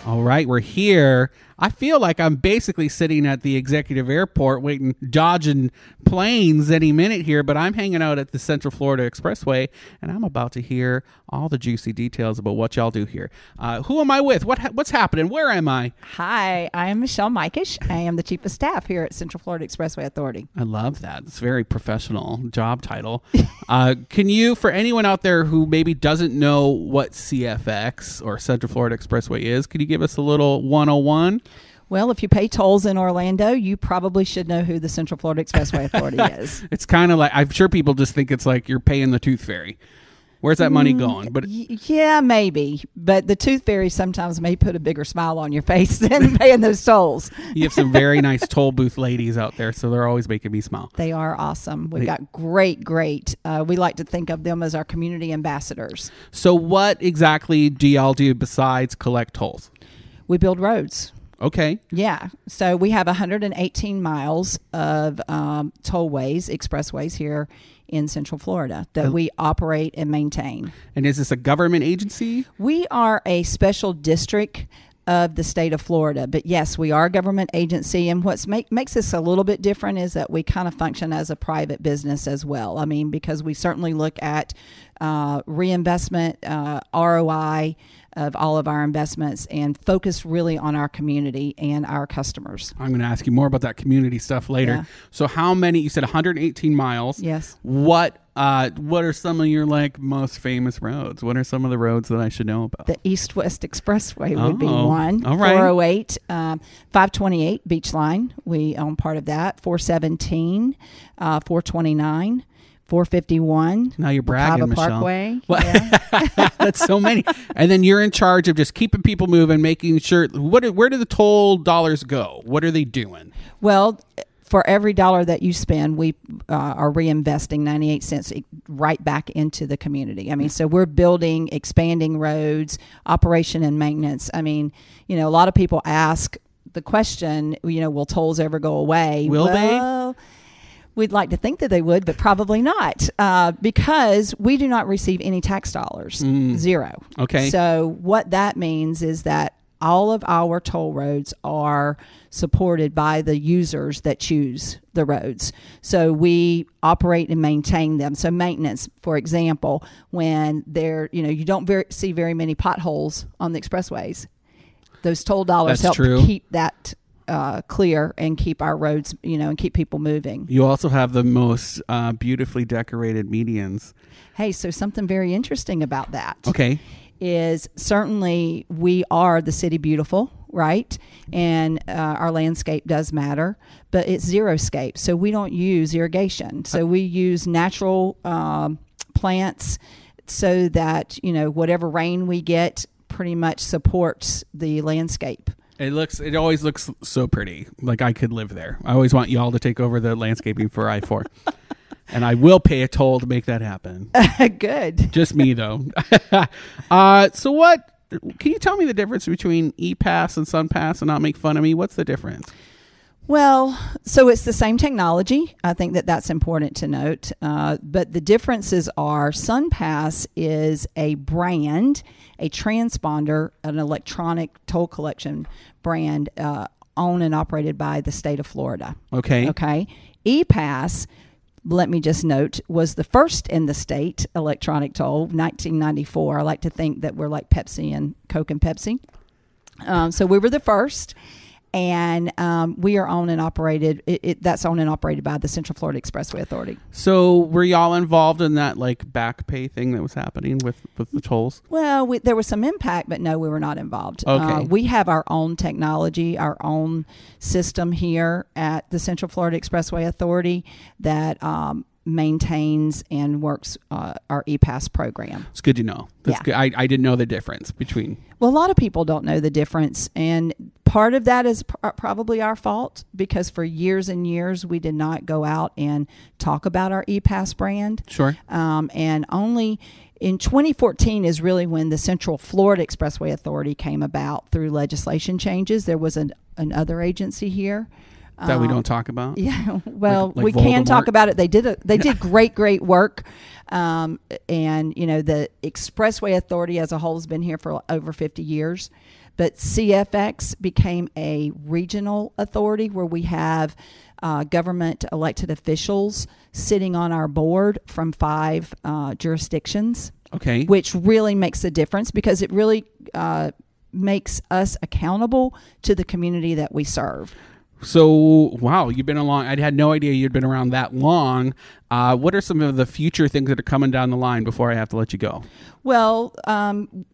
Speaker 2: All right, we're here. I feel like I'm basically sitting at the executive airport waiting, dodging planes any minute here, but I'm hanging out at the Central Florida Expressway and I'm about to hear all the juicy details about what y'all do here. Uh, who am I with? What ha- what's happening? Where am I?
Speaker 5: Hi, I'm Michelle Mikish. I am the Chief of Staff here at Central Florida Expressway Authority.
Speaker 2: I love that. It's a very professional job title. uh, can you, for anyone out there who maybe doesn't know what CFX or Central Florida Expressway is, could you give us a little 101?
Speaker 5: Well, if you pay tolls in Orlando, you probably should know who the Central Florida Expressway Authority is.
Speaker 2: It's kind of like, I'm sure people just think it's like you're paying the tooth fairy. Where's that money going? But
Speaker 5: Y- yeah, maybe, but the tooth fairy sometimes may put a bigger smile on your face than paying those tolls.
Speaker 2: you have some very nice toll booth ladies out there, so they're always making me smile.
Speaker 5: They are awesome. We've got great, great. Uh, we like to think of them as our community ambassadors.
Speaker 2: So, what exactly do y'all do besides collect tolls?
Speaker 5: We build roads.
Speaker 2: Okay.
Speaker 5: Yeah. So we have 118 miles of um, tollways, expressways here in Central Florida that we operate and maintain.
Speaker 2: And is this a government agency?
Speaker 5: We are a special district of the state of Florida, but yes, we are a government agency. And what's make, makes us a little bit different is that we kind of function as a private business as well. I mean, because we certainly look at uh, reinvestment, uh, ROI of all of our investments, and focus really on our community and our customers.
Speaker 2: I'm going to ask you more about that community stuff later.
Speaker 5: Yeah.
Speaker 2: So, how many? You said 118 miles.
Speaker 5: Yes.
Speaker 2: What? Uh, what are some of your like most famous roads? What are some of the roads that I should know about?
Speaker 5: The East West Expressway would be
Speaker 2: Oh,
Speaker 5: one.
Speaker 2: all right.
Speaker 5: 408, um, 528 Beach Line. We own part of that. 417, uh, 429, 451.
Speaker 2: now you're bragging,
Speaker 5: Cava
Speaker 2: Michelle.
Speaker 5: Parkway.
Speaker 2: What?
Speaker 5: Yeah.
Speaker 2: That's so many. and then you're in charge of just keeping people moving, making sure. What? do- Where do the toll dollars go? What are they doing?
Speaker 5: well, for every dollar that you spend, we uh, are reinvesting 98 cents i- right back into the community. I mean, so we're building, expanding roads, operation and maintenance. I mean, you know, a lot of people ask the question, you know, will tolls ever go away?
Speaker 2: Will they?
Speaker 5: Well, We'd like to think that they would, but probably not, uh, because we do not receive any tax dollars. Zero.
Speaker 2: Mm. Okay.
Speaker 5: So what that means is that all of our toll roads are supported by the users that choose the roads. So we operate and maintain them. So maintenance, for example, when there, you know, you don't very, see very many potholes on the expressways. Those toll
Speaker 2: That's
Speaker 5: dollars help
Speaker 2: true.
Speaker 5: keep that uh, clear and keep our roads, you know, and keep people moving.
Speaker 2: You also have the most uh, beautifully decorated medians.
Speaker 5: Hey, so something very interesting about that is
Speaker 2: Okay.
Speaker 5: certainly we are the city beautiful, right? And uh, our landscape does matter, but it's xeriscape, so we don't use irrigation. So we use natural um, plants so that you know whatever rain we get pretty much supports the landscape.
Speaker 2: It looks. It always looks so pretty. Like I could live there. I always want y'all to take over the landscaping for I four, and I will pay a toll to make that happen.
Speaker 5: Good.
Speaker 2: Just me though. uh, so what? Can you tell me the difference between E Pass and Sun Pass, and not make fun of me? What's the difference?
Speaker 5: Well, so it's the same technology. I think that that's important to note. Uh, but the differences are SunPass is a brand, a transponder, an electronic toll collection brand uh, owned and operated by the state of Florida.
Speaker 2: Okay.
Speaker 5: Okay. E-Pass, let me just note, was the first in the state electronic toll, 1994. I like to think that we're like Pepsi and Coke and Pepsi. Um, so we were the first. and um, we are owned and operated. It, it, that's owned and operated by the Central Florida Expressway Authority.
Speaker 2: So were y'all involved in that like back pay thing that was happening with with the tolls?
Speaker 5: Well, we, there was some impact, but no, we were not involved. Uh,
Speaker 2: Okay.
Speaker 5: we have our own technology, our own system here at the Central Florida Expressway Authority that um, maintains and works uh, our ePass program.
Speaker 2: It's good to know. That's
Speaker 5: Yeah.
Speaker 2: good. I I didn't know the difference between
Speaker 5: Well, a lot of people don't know the difference, and part of that is pr- uh, probably our fault because for years and years we did not go out and talk about our E ePass brand.
Speaker 2: Sure.
Speaker 5: Um, and only in 2014 is really when the Central Florida Expressway Authority came about through legislation changes. There was an another agency here.
Speaker 2: that we don't talk about.
Speaker 5: Um, Yeah, well,
Speaker 2: like
Speaker 5: we can
Speaker 2: Voldemort.
Speaker 5: talk about it. They did a, they did great, great work, um, and you know the Expressway Authority as a whole has been here for over fifty years, but CFX became a regional authority where we have uh, government elected officials sitting on our board from five uh, jurisdictions
Speaker 2: Okay.
Speaker 5: which really makes a difference because it really uh, makes us accountable to the community that we serve.
Speaker 2: So wow, you've been along. I had no idea you'd been around that long. Uh, what are some of the future things that are coming down the line before I have to let you go?
Speaker 5: Well, um,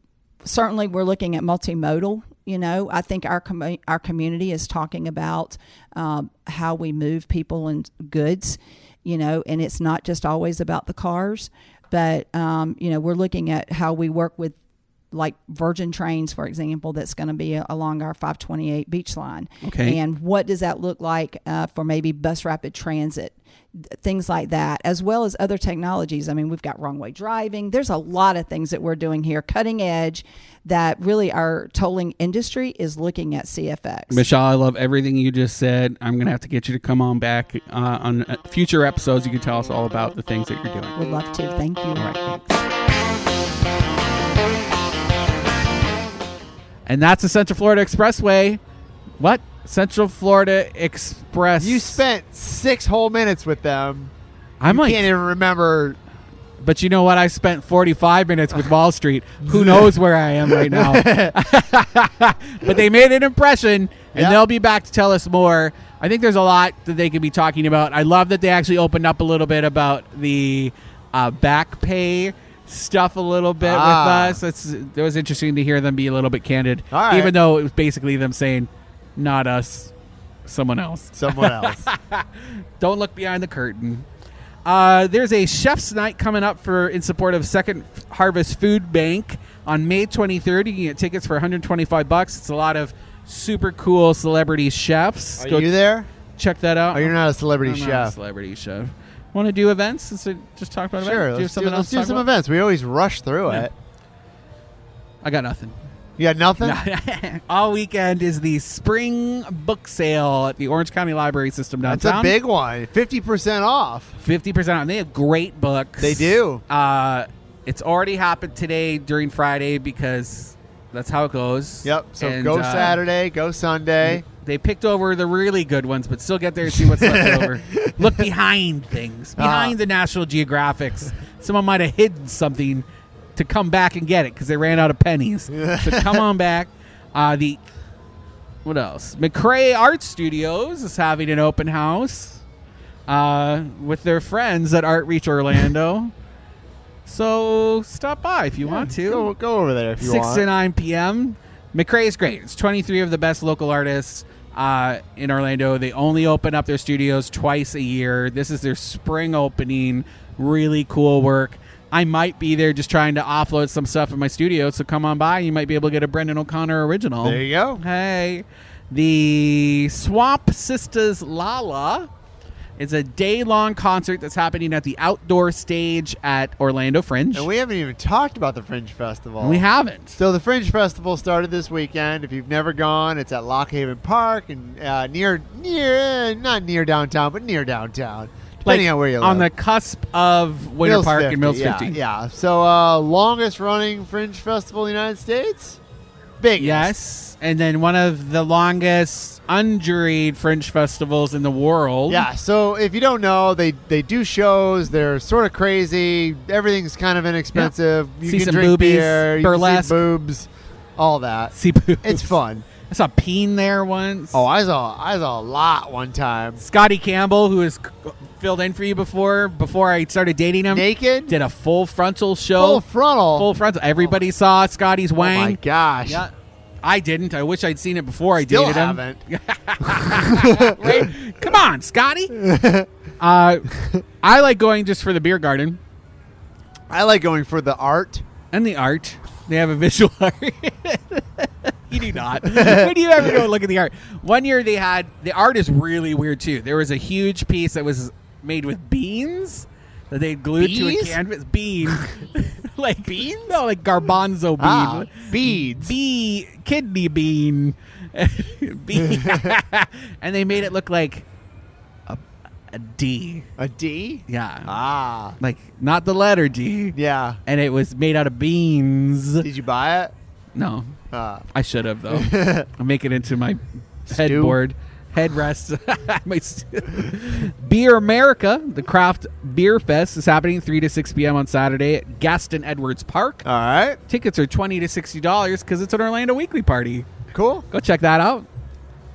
Speaker 5: certainly we're looking at multimodal. You know, I think our com- our community is talking about um, how we move people and goods. You know, and it's not just always about the cars, but um, you know, we're looking at how we work with like Virgin Trains, for example, that's going to be along our 528 beach line.
Speaker 2: Okay.
Speaker 5: And what does that look like uh, for maybe bus rapid transit, th- things like that, as well as other technologies? I mean, we've got wrong way driving. There's a lot of things that we're doing here, cutting edge, that really our tolling industry is looking at CFX.
Speaker 2: Michelle, I love everything you just said. I'm going to have to get you to come on back uh, on uh, future episodes. You can tell us all about the things that you're doing.
Speaker 5: Would love to. Thank you.
Speaker 2: All right. And that's the Central Florida Expressway. What? Central Florida Express.
Speaker 1: You spent six whole minutes with them.
Speaker 2: I'm
Speaker 1: I
Speaker 2: like,
Speaker 1: can't even remember.
Speaker 2: but you know what? I spent 45 minutes with Wall Street. Who knows where I am right now? but they made an impression, and
Speaker 1: Yeah.
Speaker 2: they'll be back to tell us more. I think there's a lot that they could be talking about. I love that they actually opened up a little bit about the uh, back pay stuff a little bit
Speaker 1: Ah.
Speaker 2: with us. It's, it was interesting to hear them be a little bit candid,
Speaker 1: All right.
Speaker 2: even though it was basically them saying, "Not us, someone else."
Speaker 1: Someone else.
Speaker 2: Don't look behind the curtain. Uh, there's a chef's night coming up for in support of Second Harvest Food Bank on May 23rd. You can get tickets for 125 bucks. It's a lot of super cool celebrity chefs.
Speaker 1: Are you there?
Speaker 2: check that out.
Speaker 1: Or you're not a celebrity
Speaker 2: I'm not a
Speaker 1: chef?
Speaker 2: celebrity chef. Want to do events? Let's just talk about
Speaker 1: Sure.
Speaker 2: events.
Speaker 1: Let's do,
Speaker 2: something
Speaker 1: let's
Speaker 2: else to
Speaker 1: do
Speaker 2: talk
Speaker 1: some
Speaker 2: about?
Speaker 1: events. We always rush through
Speaker 2: No.
Speaker 1: it.
Speaker 2: I got nothing.
Speaker 1: You got nothing?
Speaker 2: All weekend is the spring book sale at the Orange County Library System
Speaker 1: That's
Speaker 2: downtown.
Speaker 1: a big one. Fifty percent off.
Speaker 2: fifty percent off. And they have great books.
Speaker 1: They do.
Speaker 2: Uh, it's already happened today during Friday because that's how it goes.
Speaker 1: Yep. So
Speaker 2: And,
Speaker 1: go
Speaker 2: uh,
Speaker 1: Saturday, go Sunday.
Speaker 2: They picked over the really good ones, but still get there and see what's left over. Look behind things, behind
Speaker 1: Ah.
Speaker 2: the National Geographics. Someone might have hidden something to come back and get it because they ran out of pennies. so come on back. Uh, the what else? McCrae Art Studios is having an open house uh, with their friends at Art Reach Orlando. so stop by if you want to
Speaker 1: Go, go over there if you
Speaker 2: six
Speaker 1: want.
Speaker 2: to nine p.m. McRae is great. It's twenty-three of the best local artists uh, in Orlando. They only open up their studios twice a year. This is their spring opening. Really cool work. I might be there just trying to offload some stuff in my studio, so come on by. You might be able to get a Brendan O'Connor original.
Speaker 1: There you go.
Speaker 2: Hey, the Swamp Sisters Lala is a day-long concert that's happening at the outdoor stage at Orlando Fringe.
Speaker 1: And we haven't even talked about the Fringe Festival.
Speaker 2: we haven't.
Speaker 1: So the Fringe Festival started this weekend. If you've never gone, it's at Lock Haven Park and uh, near near eh, not near downtown, but near downtown, depending on where you
Speaker 2: on
Speaker 1: live.
Speaker 2: the cusp of Winter
Speaker 1: Mills
Speaker 2: Park
Speaker 1: 50,
Speaker 2: and Mills
Speaker 1: yeah,
Speaker 2: 50.
Speaker 1: Yeah. So uh, longest running Fringe Festival in the United States. Biggest.
Speaker 2: Yes. And then one of the longest unjuried Fringe festivals in the world.
Speaker 1: Yeah, so if you don't know, they they do shows. They're sort of crazy. Everything's kind of inexpensive. You
Speaker 2: See
Speaker 1: can
Speaker 2: some
Speaker 1: drink
Speaker 2: boobies,
Speaker 1: beer, you can see
Speaker 2: burlesque.
Speaker 1: boobs, all that.
Speaker 2: See boobs.
Speaker 1: It's fun.
Speaker 2: I saw Peen there once.
Speaker 1: Oh, I saw I saw a lot one time.
Speaker 2: Scotty Campbell, who has c- uh, filled in for you before, before I started dating him,
Speaker 1: Naked,
Speaker 2: did a full frontal show.
Speaker 1: full frontal.
Speaker 2: Full frontal. Everybody saw Scotty's
Speaker 1: oh my
Speaker 2: wang.
Speaker 1: gosh!
Speaker 2: yeah, I didn't. I wish I'd seen it before
Speaker 1: Still
Speaker 2: I dated him.
Speaker 1: haven't.
Speaker 2: Right? Come on, Scotty. uh, I like going just for the beer garden
Speaker 1: I like going for the art.
Speaker 2: and the art. They have a visual art. you do not. when do you ever go look at the art? One year they had the art is really weird too. There was a huge piece that was made with beans that they glued to a
Speaker 1: Bees?
Speaker 2: canvas. Bean, like beans? No, like garbanzo bean.
Speaker 1: Ah, beads.
Speaker 2: bee kidney bean, bee. and they made it look like a, a D.
Speaker 1: A D.
Speaker 2: Yeah,
Speaker 1: Ah,
Speaker 2: like not the letter D.
Speaker 1: yeah.
Speaker 2: And it was made out of beans.
Speaker 1: Did you buy it?
Speaker 2: No,
Speaker 1: Ah.
Speaker 2: I should have though. I'll make it into my headboard, headrest. My st- beer America, the craft beer fest, is happening three to six p.m. on Saturday at Gaston Edwards Park.
Speaker 1: all right.
Speaker 2: Tickets are twenty to sixty dollars because it's an Orlando weekly party.
Speaker 1: Cool.
Speaker 2: Go check that out.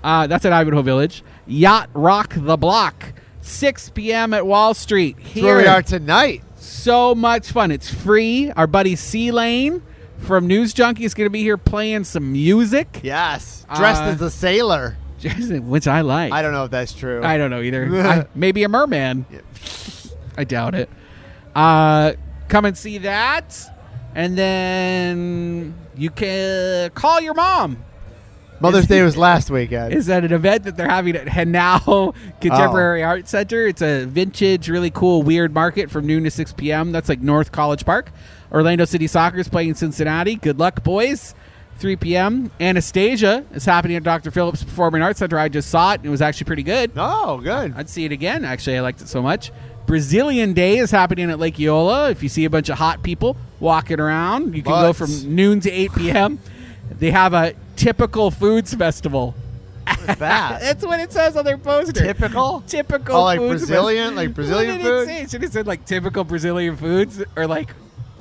Speaker 2: Uh, that's at Ivanhoe Village. Yacht Rock the Block, 6 p.m. at Wall Street.
Speaker 1: That's where
Speaker 2: Here,
Speaker 1: we are tonight.
Speaker 2: so much fun. It's free. Our buddy C Lane from News Junkie is going to be here playing some music,
Speaker 1: Yes. Dressed
Speaker 2: Uh,
Speaker 1: as a sailor.
Speaker 2: which I like.
Speaker 1: I don't know if that's true.
Speaker 2: I don't know either. I, maybe a merman. I doubt it. Uh, come and see that, and then you can call your mom.
Speaker 1: Mother's Day was last weekend.
Speaker 2: is at an event that they're having at Hanau Contemporary Art Center. It's a vintage, really cool, weird market from noon to 6 p.m. That's like North College Park. Orlando City Soccer is playing Cincinnati. Good luck, boys. 3 p.m. Anastasia is happening at Dr. Phillips Performing Arts Center. I just saw it and it was actually pretty good.
Speaker 1: oh, good.
Speaker 2: I'd see it again. Actually, I liked it so much. Brazilian Day is happening at Lake Eola. If you see a bunch of hot people walking around, you can go
Speaker 1: Butts.
Speaker 2: from noon to 8 p.m. They have a typical foods festival.
Speaker 1: That
Speaker 2: That's what it says on their poster.
Speaker 1: typical.
Speaker 2: typical.
Speaker 1: Oh, like
Speaker 2: food
Speaker 1: Brazilian, like Brazilian
Speaker 2: what did
Speaker 1: food.
Speaker 2: It, say? it should have said like typical Brazilian foods or like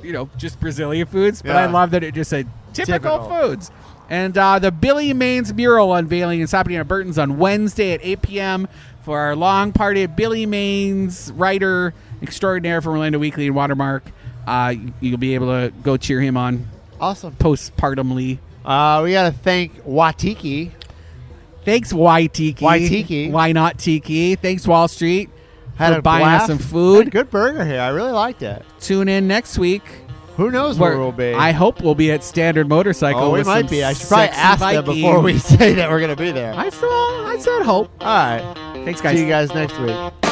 Speaker 2: you know just Brazilian foods. But I
Speaker 1: Yeah.
Speaker 2: love that it just said typical,
Speaker 1: Typical.
Speaker 2: foods. And uh, the Billy Maines mural unveiling is happening at Burton's on Wednesday at 8 p.m. for our long party. at Billy Maines, writer extraordinaire from Orlando Weekly and Watermark. Uh, you'll be able to go cheer him on
Speaker 1: Awesome.
Speaker 2: postpartumly.
Speaker 1: Uh, we got to thank Watiki.
Speaker 2: Thanks, Waitiki.
Speaker 1: Waitiki.
Speaker 2: Why not Tiki? Thanks, Wall Street.
Speaker 1: Had
Speaker 2: for
Speaker 1: a
Speaker 2: buying
Speaker 1: blast.
Speaker 2: us some food.
Speaker 1: Had Good burger here. I really liked it.
Speaker 2: Tune in next week.
Speaker 1: Who knows where, we'll be?
Speaker 2: I hope we'll be at Standard Motorcycle.
Speaker 1: oh, we
Speaker 2: with
Speaker 1: might
Speaker 2: some
Speaker 1: be. I should probably
Speaker 2: sexy
Speaker 1: ask them
Speaker 2: biking.
Speaker 1: before we say that we're going to be there.
Speaker 2: I saw. I said hope.
Speaker 1: All right.
Speaker 2: Thanks, guys.
Speaker 1: See you guys next week.